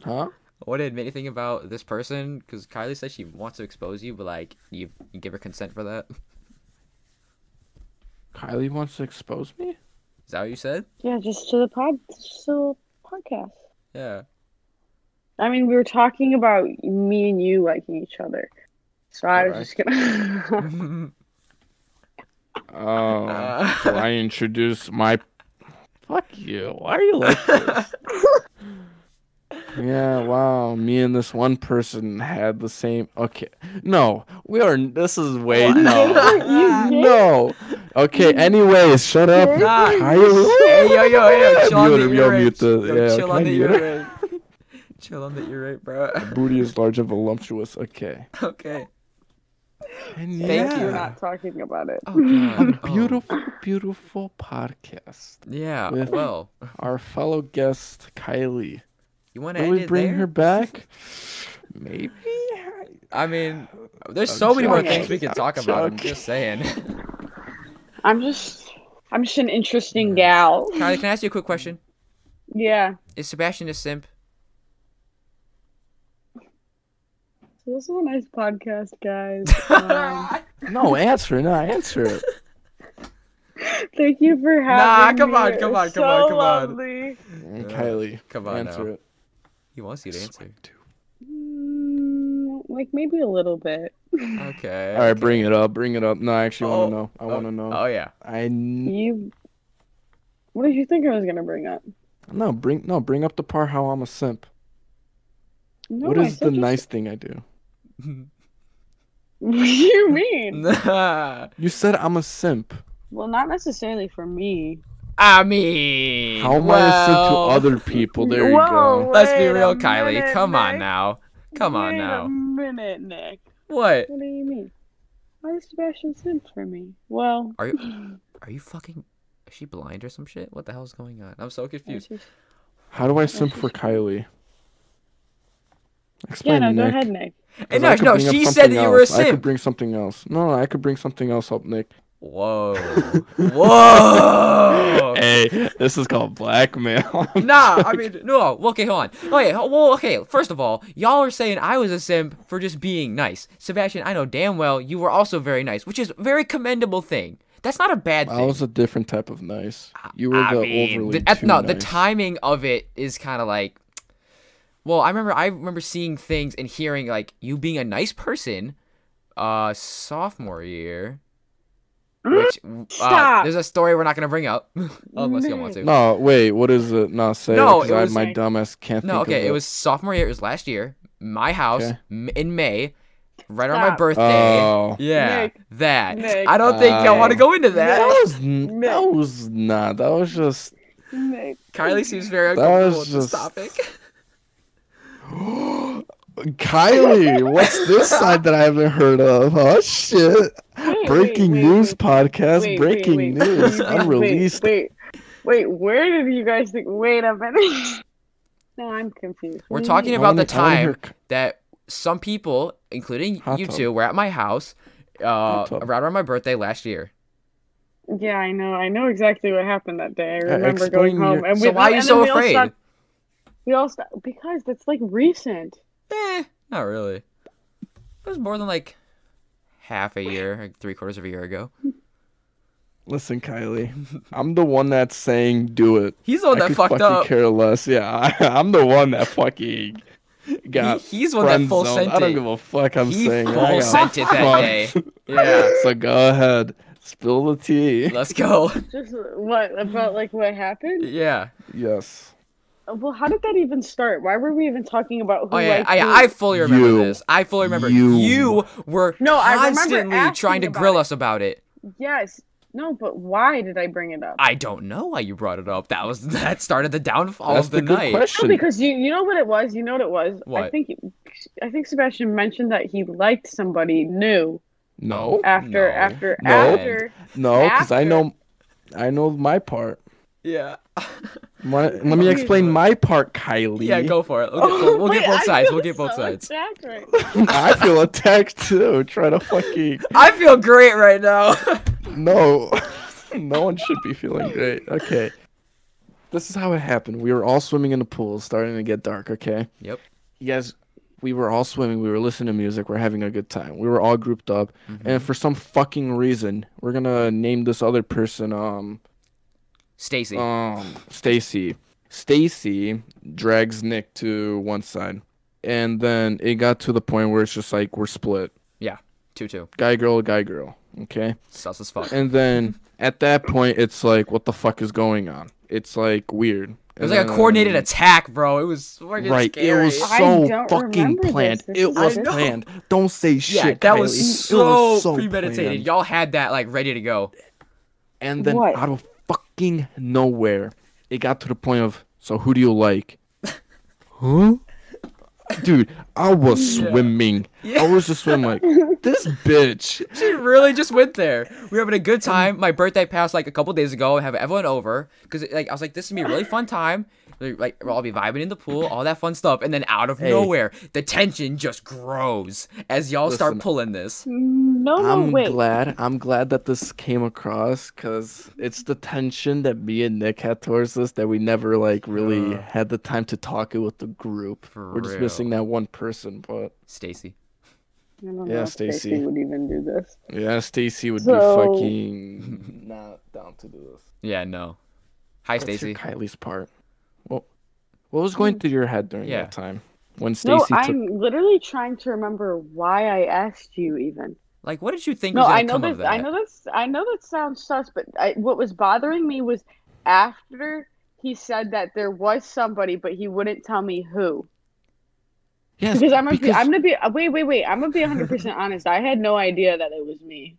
Huh? want to admit anything about this person? Because Kylie said she wants to expose you, but like, you, you give her consent for that. Kylie wants to expose me. Is that what you said? up. Yeah, just to the pod, just to the podcast. Yeah. I mean, we were talking about me and you liking each other, so I was just gonna. Oh. Uh, so I introduce my. Fuck you. Why are you like this? yeah, wow. Me and this one person had the same. Okay. No, we are. This is way. No. you did. No. Okay. Anyways, shut up. Nah. Kylie. hey, yo, yo, yo, chill on Mute the him, yo, ear mute rape. the- Yo, yeah, chill can on I the mute him? ear rape. Chill on the ear rape, bro. Booty is large and voluptuous. Okay. okay. And Thank We're you. yeah, not talking about it. Oh god. Oh, Beautiful, beautiful podcast. Yeah. with- Well, Our fellow guest Kylie. you want to Will end we it bring there? her back? Maybe. I mean, there's I'm so many more joking. things we could I'm talk about. I'm joking. just saying. I'm just. I'm just an interesting gal. Kylie, can I ask you a quick question? Yeah. Is Sebastian a simp? So this is a nice podcast, guys. Um, No, answer, no, answer. it. thank you for having come me. on, It come was on, come on, so come on. lovely. Mm, Kylie, Uh, come on answer now. it. He wants you to answer. Mm, like maybe a little bit. Okay. All right, bring it up, bring it up. No, I actually Oh, want to know. I want to know. Oh yeah. I kn- You. What did you think I was gonna bring up? no bring no bring up the part how I'm a simp. No, what I is said the just- nice thing I do? What do you mean? I You said I'm a simp. Well, not necessarily for me. mean, How am I a simp to well, other people? There you go. Let's be real, Kylie. Come on now. Come on now. A minute, Nick. What? What do you mean? Why is Sebastian simp for me? Well, Are you? Are you fucking? Is she blind or some shit? What the hell's going on? I'm so confused. it's just- How do I simp for Kylie? yeah, Explain, no, Nick. go ahead, Nick. 'cause And no, I could no, bring up she said something that you were a else. I could simp. bring something else. No, I could bring something else up, Nick. Whoa. Whoa. Hey, this is called blackmail. Nah, I mean, no. well, Okay, hold on. Okay, ho- well, okay. First of all, y'all are saying I was a simp for just being nice. Sebastian, I know damn well you were also very nice, which is a very commendable thing. That's not a bad I thing. was a different type of nice. You were I the mean, overly the, at- too no, the nice. timing of it is kind of like. Well, I remember I remember seeing things and hearing like you being a nice person, uh, sophomore year. Which uh, Stop. there's a story we're not gonna bring up unless you want to. No, wait. What is it? No, say No, no, it I, was- my dumbass can't No, think of okay. It was sophomore year. It was last year. My house Okay. m- in May, right on my Stop. birthday. Oh, Yeah, Nick. that. Nick. I don't think y'all want to Oh. go into that. that was n- Nick. that was not. That was just. Nick. Kylie seems very That uncomfortable with was this just- topic. Kylie, what's this side that I haven't heard of? Oh shit! wait, breaking wait, news wait. podcast. Wait, wait, breaking wait, news. wait, unreleased. Wait, wait, wait, where did you guys think? Wait a minute. no, I'm confused. We're talking I about the wanna- I wanna time hear- that some people, including Hot you tub. two, were at my house uh, tub. around on my birthday last year. Yeah, I know. I know exactly what happened that day. I Yeah, remember explain going your- home. And So we, why are you and so then we afraid? All stopped, we all stopped because that's like recent. Eh, not really. It was more than like half a year, like three quarters of a year ago. Listen, Kylie, I'm the one that's saying do it. He's the I one Oh, that could fucked fucking up. care less. Yeah, I, am the one that fucking got. He- he's the one that full friend-zoned. I sent it. don't give a fuck. I'm he saying I full got sent it that fucked. day. Yeah. So go ahead, spill the tea. Let's go. Just what about like what happened? Yeah. Yes. Well, how did that even start? Why were we even talking about who? Oh yeah. liked who? I, I fully remember You. this. I fully remember. You, You. were No, I remember constantly trying asking to about grill it. us about it. yes. No, but why did I bring it up? I don't know why you brought it up. That was that started the downfall That's of the the, good night. question. No, because you you know what it was. You know what it was. I What? think I think Sebastian mentioned that he liked somebody new no, after No. after No. after. no, because I after- know, I know my part. Yeah. My, let me explain my part, Kylie. Yeah, go for it. We'll get, we'll, we'll get Oh, Wait, both I sides. feel We'll get both so sides. attacked right I feel attacked too. Try to fucking I feel great right now. no, no one should be feeling great. Okay, this is how it happened. We were all swimming in the pool, starting to get dark. Okay. yep. yes, we were all swimming, we were listening to music, we're having a good time. We were all grouped up, Mm-hmm. and for some fucking reason, we're gonna name this other person um Stacy. um Stacy. Stacy drags Nick to one side, and then it got to the point where it's just like we're split, yeah. 2 2. guy girl, guy girl, okay. Sus as fuck. It And then at that point, it's like what the fuck is going on? It's like weird. It was like a coordinated attack, bro. It was fucking uh, Right, scary. it was I so don't fucking remember this. planned. This It is was good. planned. Don't say yeah, shit. that Kylie. It was so, premeditated. planned. Y'all had that like ready to go. And then What? out of fucking nowhere, it got to the point of, so who do you like? huh? Dude, I was swimming. I was just swimming like this bitch. She really just went there. We were having a good time. My birthday passed like a couple days ago. I have everyone over because like I was like, this is gonna be a really fun time. They're like we'll all be vibing in the pool, all that fun stuff, and then out of Hey. nowhere, the tension just grows as y'all start Listen. pulling this. No, no, I'm wait. glad. I'm glad that this came across because it's the tension that me and Nick had towards this that we never like really Yeah. had the time to talk it with the group. For We're just real. missing that one person, but Stacy. I don't know Yeah, if Stacey Stacey. would even do this. yeah, Stacy would So- be fucking not down to do this. Yeah, no. Hi, That's your Stacy. Kylie's part. Well, what was going through your head during Yeah. that time when Mm. No, Stacy took? I'm literally trying to remember why I asked you even. Like, what did you think No, was gonna I know come of that, that? I know that's I know that sounds sus, but I, what was bothering me was after he said that there was somebody, but he wouldn't tell me who. Yes, Because I'm gonna be, I'm gonna be uh, wait wait wait I'm gonna be 100 percent honest. I had no idea that it was me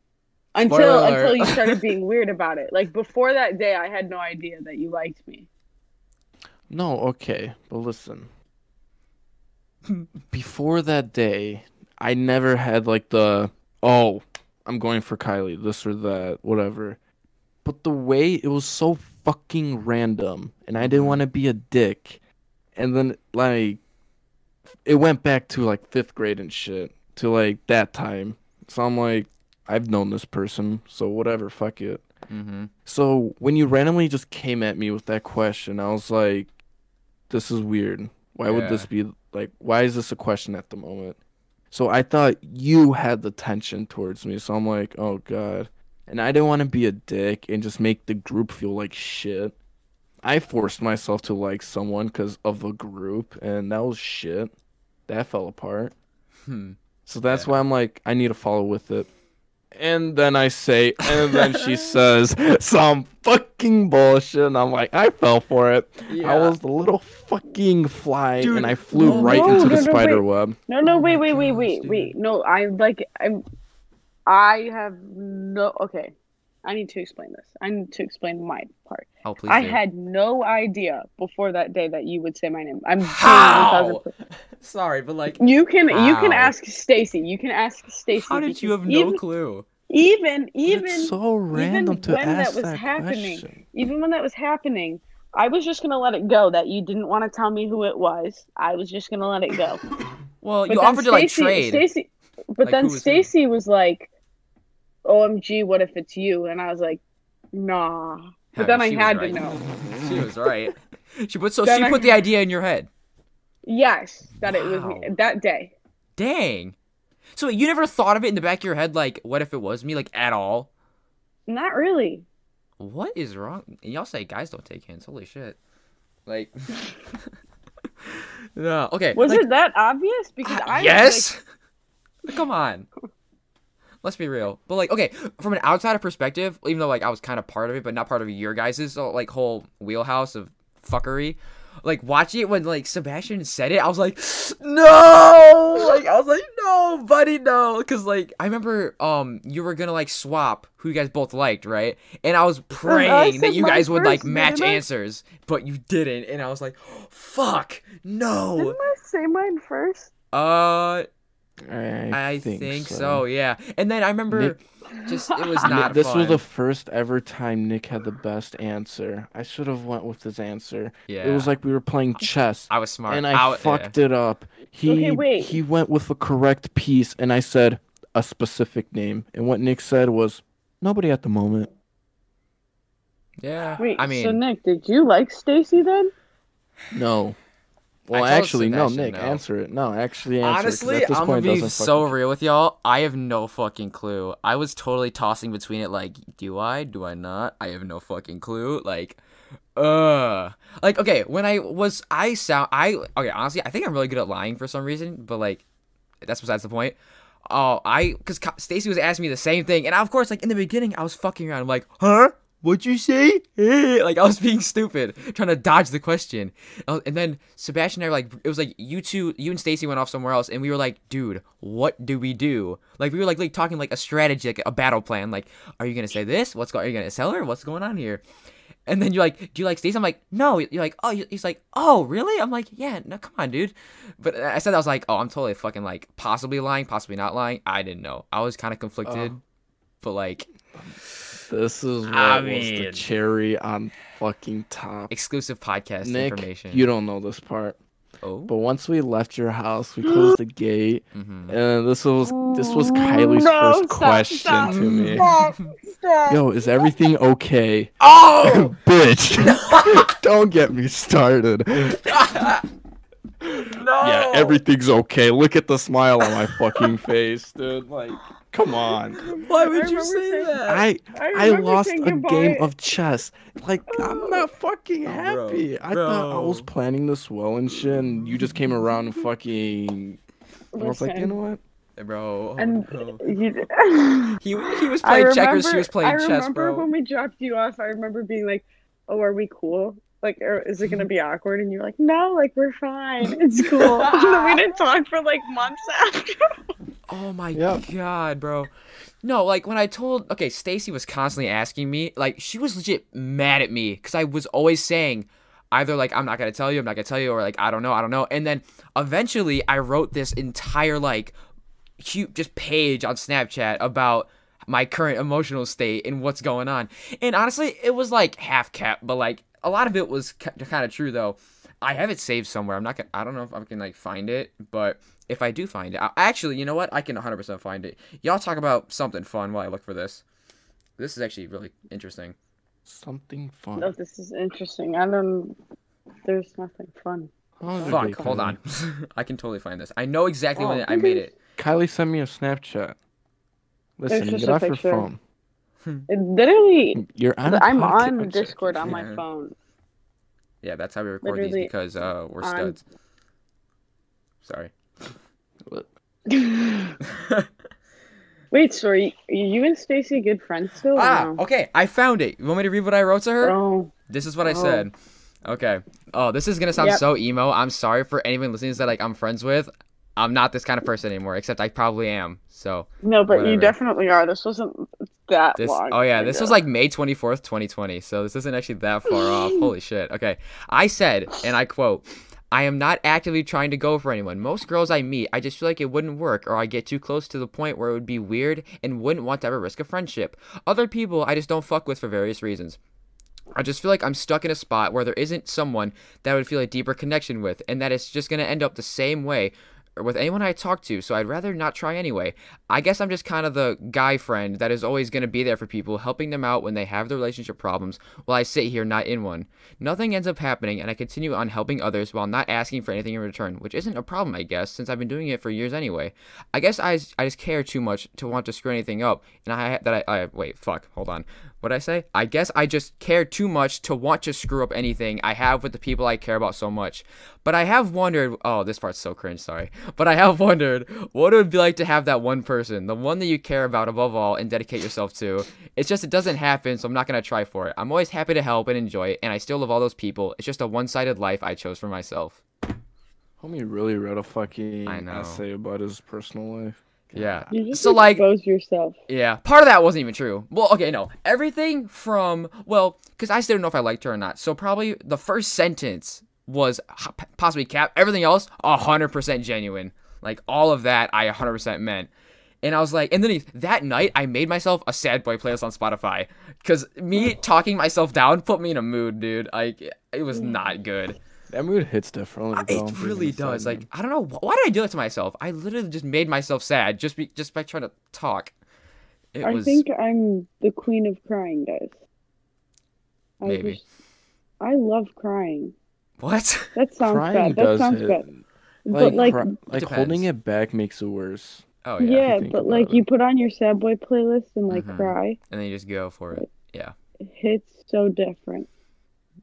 until Spoiler alert. until you started being weird about it. Like before that day, I had no idea that you liked me. No, okay, but listen. Before that day, I never had like the oh, I'm going for Kylie, this or that, whatever. But the way it was so fucking random, and I didn't want to be a dick. And then like, it went back to like fifth grade and shit to like that time. So I'm like, I've known this person, so whatever, fuck it. Mm-hmm. So when you randomly just came at me with that question, I was like, this is weird. Why would this be like why is this a question at the moment? So I thought you had the tension towards me, so I'm like, oh god. And I didn't want to be a dick and just make the group feel like shit. I forced myself to like someone because of a group, and that was shit. That fell apart. Hmm. So that's why I'm like, I need to follow with it. And then I say, and then she says some fucking bullshit, and I'm like, I fell for it. Yeah. I was the little fucking fly, Dude, and I flew no, right no, into no, the no, spider wait. web. No, no, Oh wait, my wait, wait, gosh, wait, dude. wait. No, I'm like, I'm, I have no. Okay, I need to explain this. I need to explain my part. Oh, please. I do. had no idea before that day that you would say my name. I'm How? 1,000%. Sorry, but like, You can you can How? ask Stacy. You can ask Stacy. how did you because have no clue? even even But even it's so random to when that ask was that happening. question. even when that was happening? I was just gonna let it go that you didn't want to tell me who it was. I was just gonna let it go. Well, you then offered to like Stacey- trade. Stacey, but Like, who then was who? Stacy was like, "OMG, what if it's you?" And I was like, "Nah." Hell, But then I she was had right. to know. She was right. She put so Then she I- put the idea in your head. Yes, that it was me Wow. that day. Dang. So you never thought of it in the back of your head, like, what if it was me, like, at all? Not really. What is wrong? And y'all say guys don't take hints. Holy shit. Like, no. Okay. Was like, Uh, it that obvious? Because I was yes. Come on. Let's be real. But like, okay, from an outsider perspective, even though like I was kind of part of it, but not part of your guys' so, like whole wheelhouse of fuckery. Like watching it when like Sebastian said it, I was like, no, like I was like, no, buddy, no, because like I remember um you were gonna like swap who you guys both liked, right? And I was praying that said you mine guys would like first, match didn't I? answers, but you didn't, and I was like, fuck, like, no, Didn't I say mine first? uh, I, I think, so. yeah. And then I remember just it was Nick- not this fun. was the first ever time Nick had the best answer. I should have went with his answer. yeah. It was like we were playing chess. I was smart. and I I, fucked it up. He Okay, wait. he went with the correct piece, and I said a specific name, and what Nick said was nobody at the moment. Yeah. Wait. I mean, so Nick, did you like Stacy then? No. Well, told actually, no, Sebastian Nick, no. answer it. No, actually, answer honestly, it. 'cause at this I'm gonna point, it be doesn't so fucking- real with y'all. I have no fucking clue. I was totally tossing between it. Like, do I? Do I not? I have no fucking clue. Like, uh, like okay. When I was, I sound, I okay. Honestly, I think I'm really good at lying for some reason. But like, that's besides the point. Oh, I because Stacy was asking me the same thing, and I, of course, like in the beginning, I was fucking around. I'm like, huh? What'd you say? Eh," Like I was being stupid, trying to dodge the question. Uh, And then Sebastian and I were like, it was like you two, you and Stacy went off somewhere else, and we were like, dude, what do we do? Like we were like, like talking like a strategy, like a battle plan. Like, are you gonna say this? What's going? Are you gonna sell her? What's going on here? And then you're like, do you like Stacey? I'm like, no. You're like, oh, he's like, oh, really? I'm like, yeah, no, come on, dude. But I said, I was like, oh, I'm totally fucking like Oh. possibly lying, possibly not lying. I didn't know. I was kind of conflicted, but like, This is what I was the mean- cherry on fucking top. Exclusive podcast Nick, information. you don't know this part, oh. but once we left your house, we closed the gate, Mhm. and this was this was Oh, Kylie's no, first stop, question stop, to me. Stop, stop. Yo, is everything okay? Oh! Bitch, don't get me started. No! Yeah, everything's okay. Look at the smile on my fucking face, dude. Like, come on. Why I would you remember say saying- that? I I, remember lost a thinking about game it. of chess. Like, Oh. I'm not fucking happy. I thought I was bro. planning this well and shit, and you just came around and fucking. I was like, you Listen, know what? Bro. oh And no. you, He, he was I playing remember, checkers, she was I playing remember chess, bro. when we dropped you off. I remember being like, "Oh, are we cool? Like, are, is it gonna be awkward?" And you're like, "No, like we're fine. It's cool." and then we didn't talk for like months after. Oh my Yep. god, bro. No, like when I told okay, Stacy was constantly asking me, like she was legit mad at me cuz I was always saying either like I'm not going to tell you, I'm not going to tell you or like I don't know, I don't know. And then eventually I wrote this entire like cute just page on Snapchat about my current emotional state and what's going on. And honestly, it was like half cap, but like a lot of it was kind of true though. I have it saved somewhere. I'm not gonna. I don't know if I can like find it, but if I do find it, I, actually, you know what? I can 100% find it. Y'all talk about something fun while I look for this. This is actually really interesting. Something fun. No, this is interesting. I don't. There's nothing fun. Fuck. Hold on. I can totally find this. I know Oh, exactly when I made it. Kylie sent me a Snapchat. Listen, just get a off your picture. phone. It literally. You're on. a I'm podcast. on Discord on my Yeah. phone. Yeah, that's how we record Literally, these because uh, we're I'm- studs. Sorry. Oh, Wait, so are you, are you and Stacy good friends still? or Ah, no? okay. I found it. You want me to read what I wrote to her? Oh, This is what I Oh. said. Okay. Oh, this is gonna sound Yep. so emo. I'm sorry for anyone listening that like I'm friends with. I'm not this kind of person anymore, except I probably am. So no, but you Whatever. definitely are. This wasn't that this long. oh yeah, this was ago. like May 24th, 2020. So this isn't actually that far off. Holy shit. Okay. I said, and I quote, I am not actively trying to go for anyone. Most girls I meet, I just feel like it wouldn't work or I get too close to the point where it would be weird and wouldn't want to ever risk a friendship. Other people I just don't fuck with for various reasons. I just feel like I'm stuck in a spot where there isn't someone that I would feel a deeper connection with, and that it's just going to end up the same way with anyone I talk to, so I'd rather not try anyway. I guess I'm just kind of the guy friend that is always going to be there for people, helping them out when they have their relationship problems while I sit here not in one. Nothing ends up happening, and I continue on helping others while not asking for anything in return, which isn't a problem, I guess, since I've been doing it for years anyway. I guess I, I just care too much to want to screw anything up, and I that I, I wait, fuck, hold on. What did I say? I guess I just care too much to want to screw up anything I have with the people I care about so much. But I have wondered, oh, this part's so cringe, sorry. But I have wondered what it would be like to have that one person, the one that you care about above all and dedicate yourself to. It's just it doesn't happen, so I'm not going to try for it. I'm always happy to help and enjoy it, and I still love all those people. It's just a one-sided life I chose for myself. Homie really read a fucking I know. essay about his personal life. Yeah. You just So like expose yourself. Yeah, part of that wasn't even true. Well, okay, no. Everything from, well, because I still don't know if I liked her or not. So probably the first sentence was h- possibly cap. Everything else, 100% genuine. Like all of that, I 100% meant. And I was like, and then he- that night, I made myself a sad boy playlist on Spotify. Because me talking myself down put me in a mood, dude. Like, it was not good. That mood hits differently. though, Uh, It being really a sad does. Like man. I don't know wh- why did I do that to myself. I literally just made myself sad just be, just by trying to talk. It I was think I'm the queen of crying, guys. I Maybe. just- I love crying. what? That sounds crying bad. That does sounds hit. bad. Like, but like, cry- like holding depends. it back makes it worse. Oh yeah. yeah, think but about like it. you put on your sad boy playlist and like Mhm. cry. And then you just go for it. Yeah, It hits so different,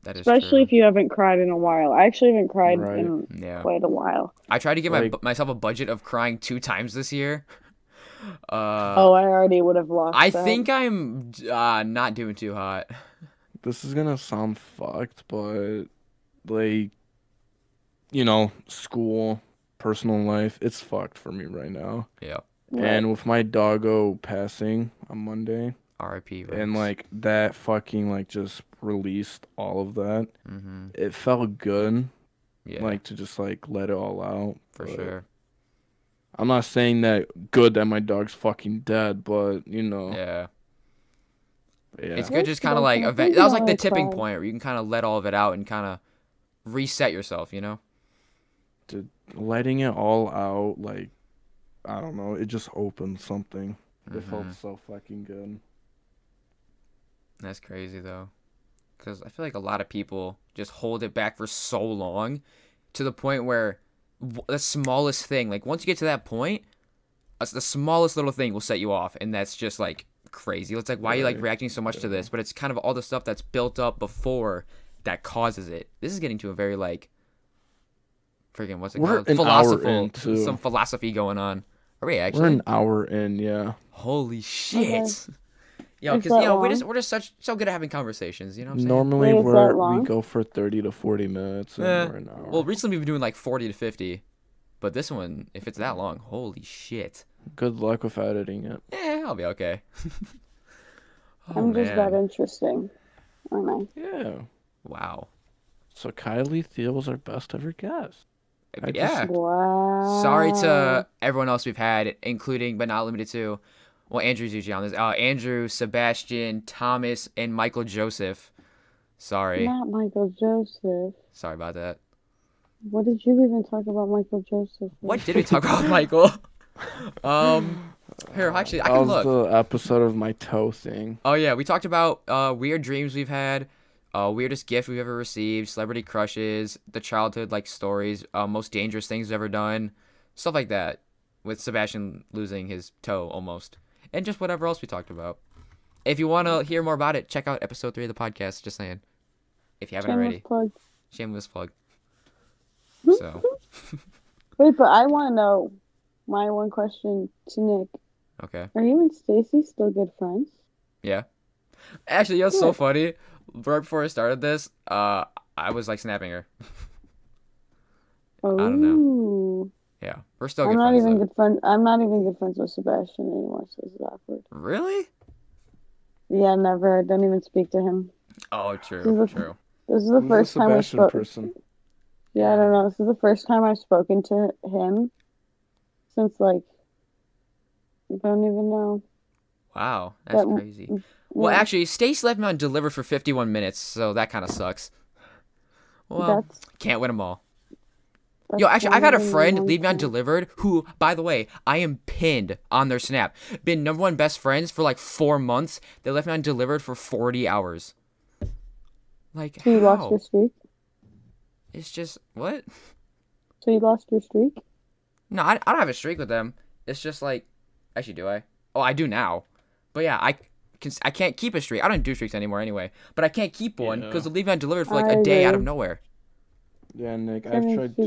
that is especially if true. you haven't cried in a while. I actually haven't cried Right. in yeah. quite a while. I tried to give my, like- myself a budget of crying two times this year. Uh, oh, I already would have lost. I that. think I'm uh, not doing too hot. This is gonna sound fucked, but like, you know, school, personal life, it's fucked for me right now. Yeah. And with my doggo passing on Monday, R.I.P. and like that fucking like just released all of that. hmm It felt good, Yeah, like to just like let it all out. for but sure. I'm not saying that good that my dog's fucking dead, but you know, Yeah. Yeah. It's good, just kind of like eva- that was like the tipping point where you can kind of let all of it out and kind of reset yourself, you know? to letting it all out like i don't know it just opened something Mm-hmm. it felt so fucking good That's crazy though, because I feel like a lot of people just hold it back for so long, to the point where w- the smallest thing, like once you get to that point, us- the smallest little thing will set you off, and that's just like crazy. It's like why are you like Right. reacting so much to this, but it's kind of all the stuff that's built up before that causes it. This is getting to a very like, freaking what's it We're called? an hour Philosophical, in, too. some philosophy going on. Are we actually? we're an hour in yeah Holy shit. Yo, Is because that you know, we long? just we're just such so good at having conversations, you know what I'm saying? normally Wait, is that we're, long? we go for 30 to 40 minutes and Eh, we're an hour Well recently we've been doing like forty to fifty. But this one, if it's that long, holy shit. good luck with editing it Yeah, I'll be okay. oh, I'm just that man. interesting. Aren't I? yeah Wow. so kylie Thiel was our best ever guest I just- yeah. Wow. Sorry Ah. to everyone else we've had, including but not limited to, well, Andrew's usually on this. Uh, Andrew, Sebastian, Thomas, and Michael Joseph. Sorry. Not Michael Joseph. Sorry about that. What did you even talk about Michael Joseph? for? What did we talk about, Michael? um, here actually, I that can was look. the episode of my toe thing Oh yeah, we talked about uh, weird dreams we've had, uh, weirdest gift we've ever received, celebrity crushes, the childhood like stories, uh, most dangerous things we've ever done, stuff like that. With Sebastian losing his toe almost, and just whatever else we talked about. If you want to hear more about it, check out episode three of the podcast. Just saying, if you haven't Shameless already, plug. shameless plug. So Wait, but I want to know my one question to Nick: okay. Are you and Stacy still good friends? Yeah. Actually, that's so Yeah. funny. Right before I started this, uh, I was like snapping her. Oh, don't know. Yeah, we're still I'm good not friends. even though. good friends. I'm not even good friends with Sebastian anymore, so it's awkward. Really? Yeah, never. I don't even speak to him. Oh, true, a- true. This is the Who's first time I Sebastian spoke. person Yeah, I don't know. This is the first time I've spoken to him since like I don't even know. Wow, that's That- crazy. Well, Yeah, actually, Stace left me on delivered for 51 minutes, so that kind of sucks. Well, that's, can't win them all. that's Yo, actually, I've had a not even friend one leave me on time. delivered who, by the way, I am pinned on their snap. Been number one best friends for like four months. They left me on delivered for 40 hours. Like, So you how? lost your streak. It's just, what? So you lost your streak. No, I, I don't have a streak with them. It's just like, actually, do I? Oh, I do now. But yeah, I can I can't keep a streak. I don't do streaks anymore anyway. But I can't keep one because they'll leave me undelivered for like a I day out of agree. nowhere. yeah nick i've Seven, tried to six,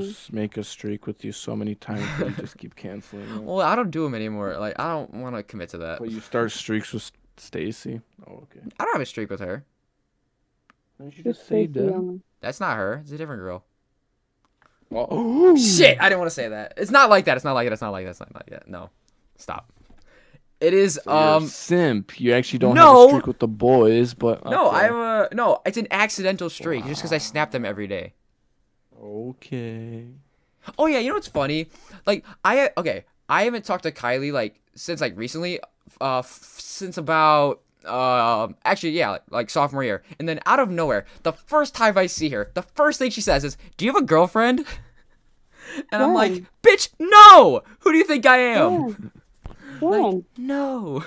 three. s- make a streak with you so many times but you just keep canceling it. Well, I don't do them anymore. Like I don't want to commit to that. But you start streaks with Stacy. Oh, okay. I don't have a streak with her. Didn't you Just just say Stacy that? only. That's not her. It's a different girl. Oh, Shit, I didn't want to say that. It's not like that. It's not like that. It's not like that. It's not like that. No, stop. It is Um, um. simp. You actually don't no. have a streak with the boys, but No, okay. I'm a no. It's an accidental streak, just because I snap them every day. okay. Oh yeah, you know what's funny? Like I okay, I haven't talked to Kylie like since like recently, uh, f- since about um actually yeah like, like sophomore year. And then out of nowhere, the first time I see her, the first thing she says is, "Do you have a girlfriend?" And I'm like, Why? "Bitch, no! Who do you think I am?" Yeah. When? No.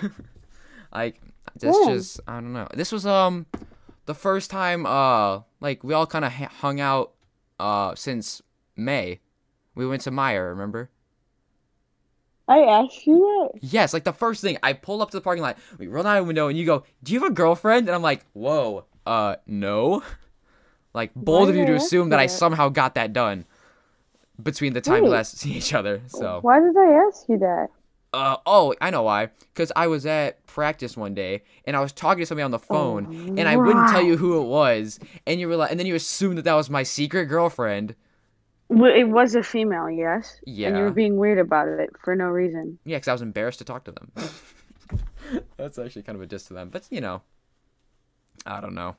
like that's Yeah. just I don't know. This was um the first time uh like we all kind of ha- hung out uh since May. We went to Meyer, remember? I asked you that. Yes, like the first thing I pull up to the parking lot, we roll down a window, and you go, "Do you have a girlfriend?" And I'm like, "Whoa, uh, no." Like bold of did you to I ask assume that I that? somehow got that done between the time we Wait. last seen each other. So. Why did I ask you that? Uh, oh, I know why. Because I was at practice one day and I was talking to Oh, somebody on the phone and I wouldn't tell you who it was. And you were like, and then you assumed that that was my secret girlfriend. Well, it was a female, yes. And you Yeah. were being weird about it for no reason. Yeah, because I was embarrassed to talk to them. That's actually kind of a diss to them. But, you know, I don't know.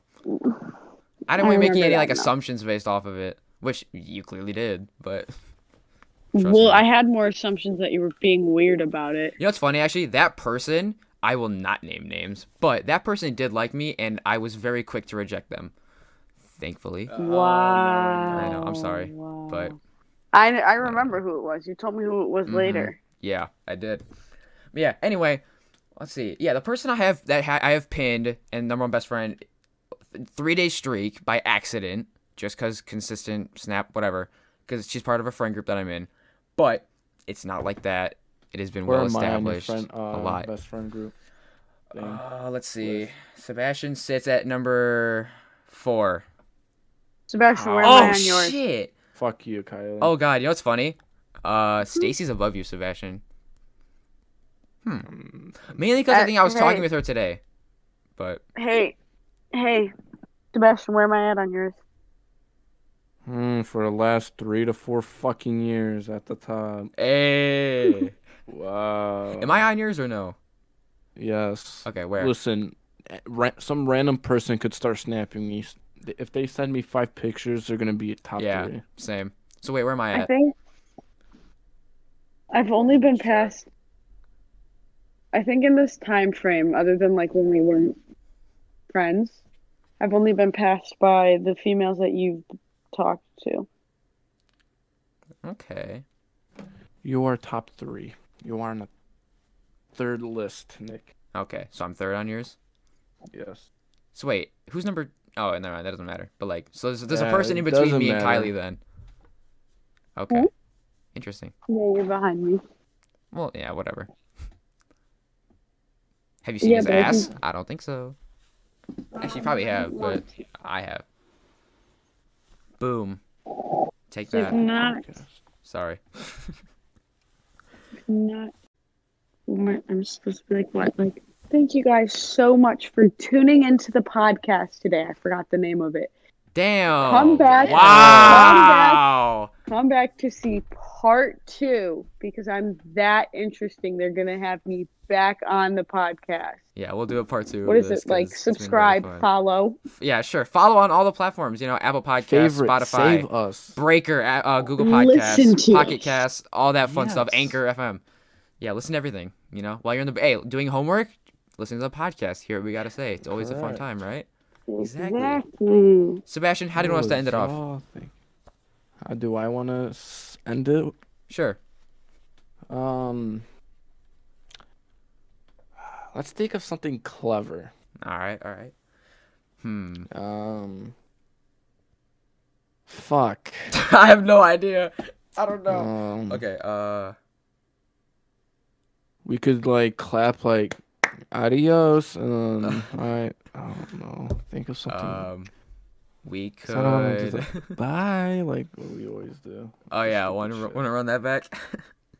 I didn't I want to make remember any that like now. assumptions based off of it, which you clearly did. But well, me. I had more assumptions that you were being weird about it. you know what's funny actually? That person, I will not name names, but that person did like me, and I was very quick to reject them. Thankfully, Wow. I know, I'm sorry, Wow. but Mm-hmm. I I remember who it was. You told me who it was later. yeah, I did. But yeah. Anyway, let's see. Yeah, the person I have that ha- I have pinned and number one best friend, three day streak by accident, just cause consistent snap whatever, cause she's part of a friend group that I'm in, but it's not like that. It has been Where well am I on your established friend, a uh, lot. Best friend group. Thing. Uh, let's see. Sebastian sits at number four. Sebastian, where am I oh on yours? shit! Fuck you, Kylie. Oh god, you know what's funny? Uh, Stacy's above you, Sebastian. Hmm. Mainly because I Uh, think I was hey. talking with her today, but Hey, hey, Sebastian, where am I at on yours? Hmm, for the last three to four fucking years at the top. hey, Wow. eh. am I on yours or no? Yes. Okay, where? Listen, eh, ra- some random person could start snapping me. S- If they send me five pictures, they're gonna be at top Yeah, three. same. So wait, where am I I at? think I've only been past. I think in this time frame, other than like when we weren't friends, I've only been passed by the females that you've talked to. Okay. You are top three. You are on the third list, Nick. Okay, so I'm third on yours. Yes. So wait, who's number? Oh, never mind. That doesn't matter. But like, so there's, there's a Yeah, person in it between doesn't me matter. and Kylie then. Okay. Interesting. Yeah, you're behind me. Well, yeah, whatever. Have you seen Yeah, his but I ass? I don't think so. Actually, you probably have, but I have. Boom. Take She's that. not, Sorry. not. I'm supposed to be like what? Like, thank you guys so much for tuning into the podcast today. I forgot the name of it. Damn. Come back. Wow. come back to see part two because I'm that interesting. They're gonna have me back on the podcast. Yeah, we'll do a part two. What of is this it like? 'cause it's been really Subscribe, fun. follow. Yeah, sure. Follow on all the platforms. You know, Apple Podcasts, Favorite. Spotify, Save us. Breaker, a- uh, Google Listen Podcasts, to Pocket us. Casts, all that fun stuff, Yes. Anchor FM. Yeah, listen to everything. You know, while you're in the hey doing homework, listen to the podcast. Hear what we gotta say. It's always a fun Correct. time, right? Exactly. Exactly. Sebastian, how do you want us to end it off? Oh, How Uh, do I want to s- end it? Sure. Um, let's think of something clever. All right. All right. Hmm. Um, fuck. I have no idea. I don't know. Um, Okay. Uh. we could like clap like adios, and then I, I don't know. Think of something. Um. We So I don't wanna do could. Bye, like what we always do. Oh yeah, Stupid want to shit. want to run that back?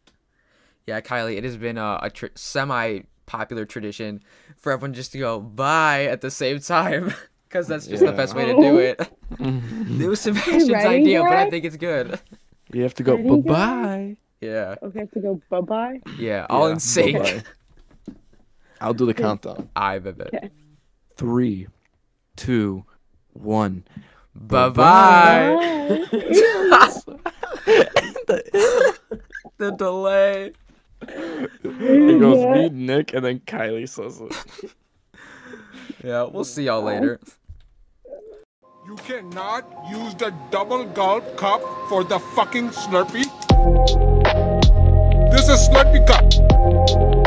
yeah, Kylie, it has been a, a tr- semi-popular tradition for everyone just to go bye at the same time, because that's just the Yeah. best way to do it. it was Sebastian's ready, idea, but I guys? think it's good. You have to go. Ready, guys? Bye bye. Yeah, Okay, I have to go. Bye bye. yeah, all in sync. bye-bye. I'll do the countdown. I bet. it. Three, two, one. Bye bye. The delay. It goes me, Nick, and then Kylie says it. Yeah, we'll see y'all later. You cannot use the double gulp cup for the fucking Slurpee. This is Slurpee cup.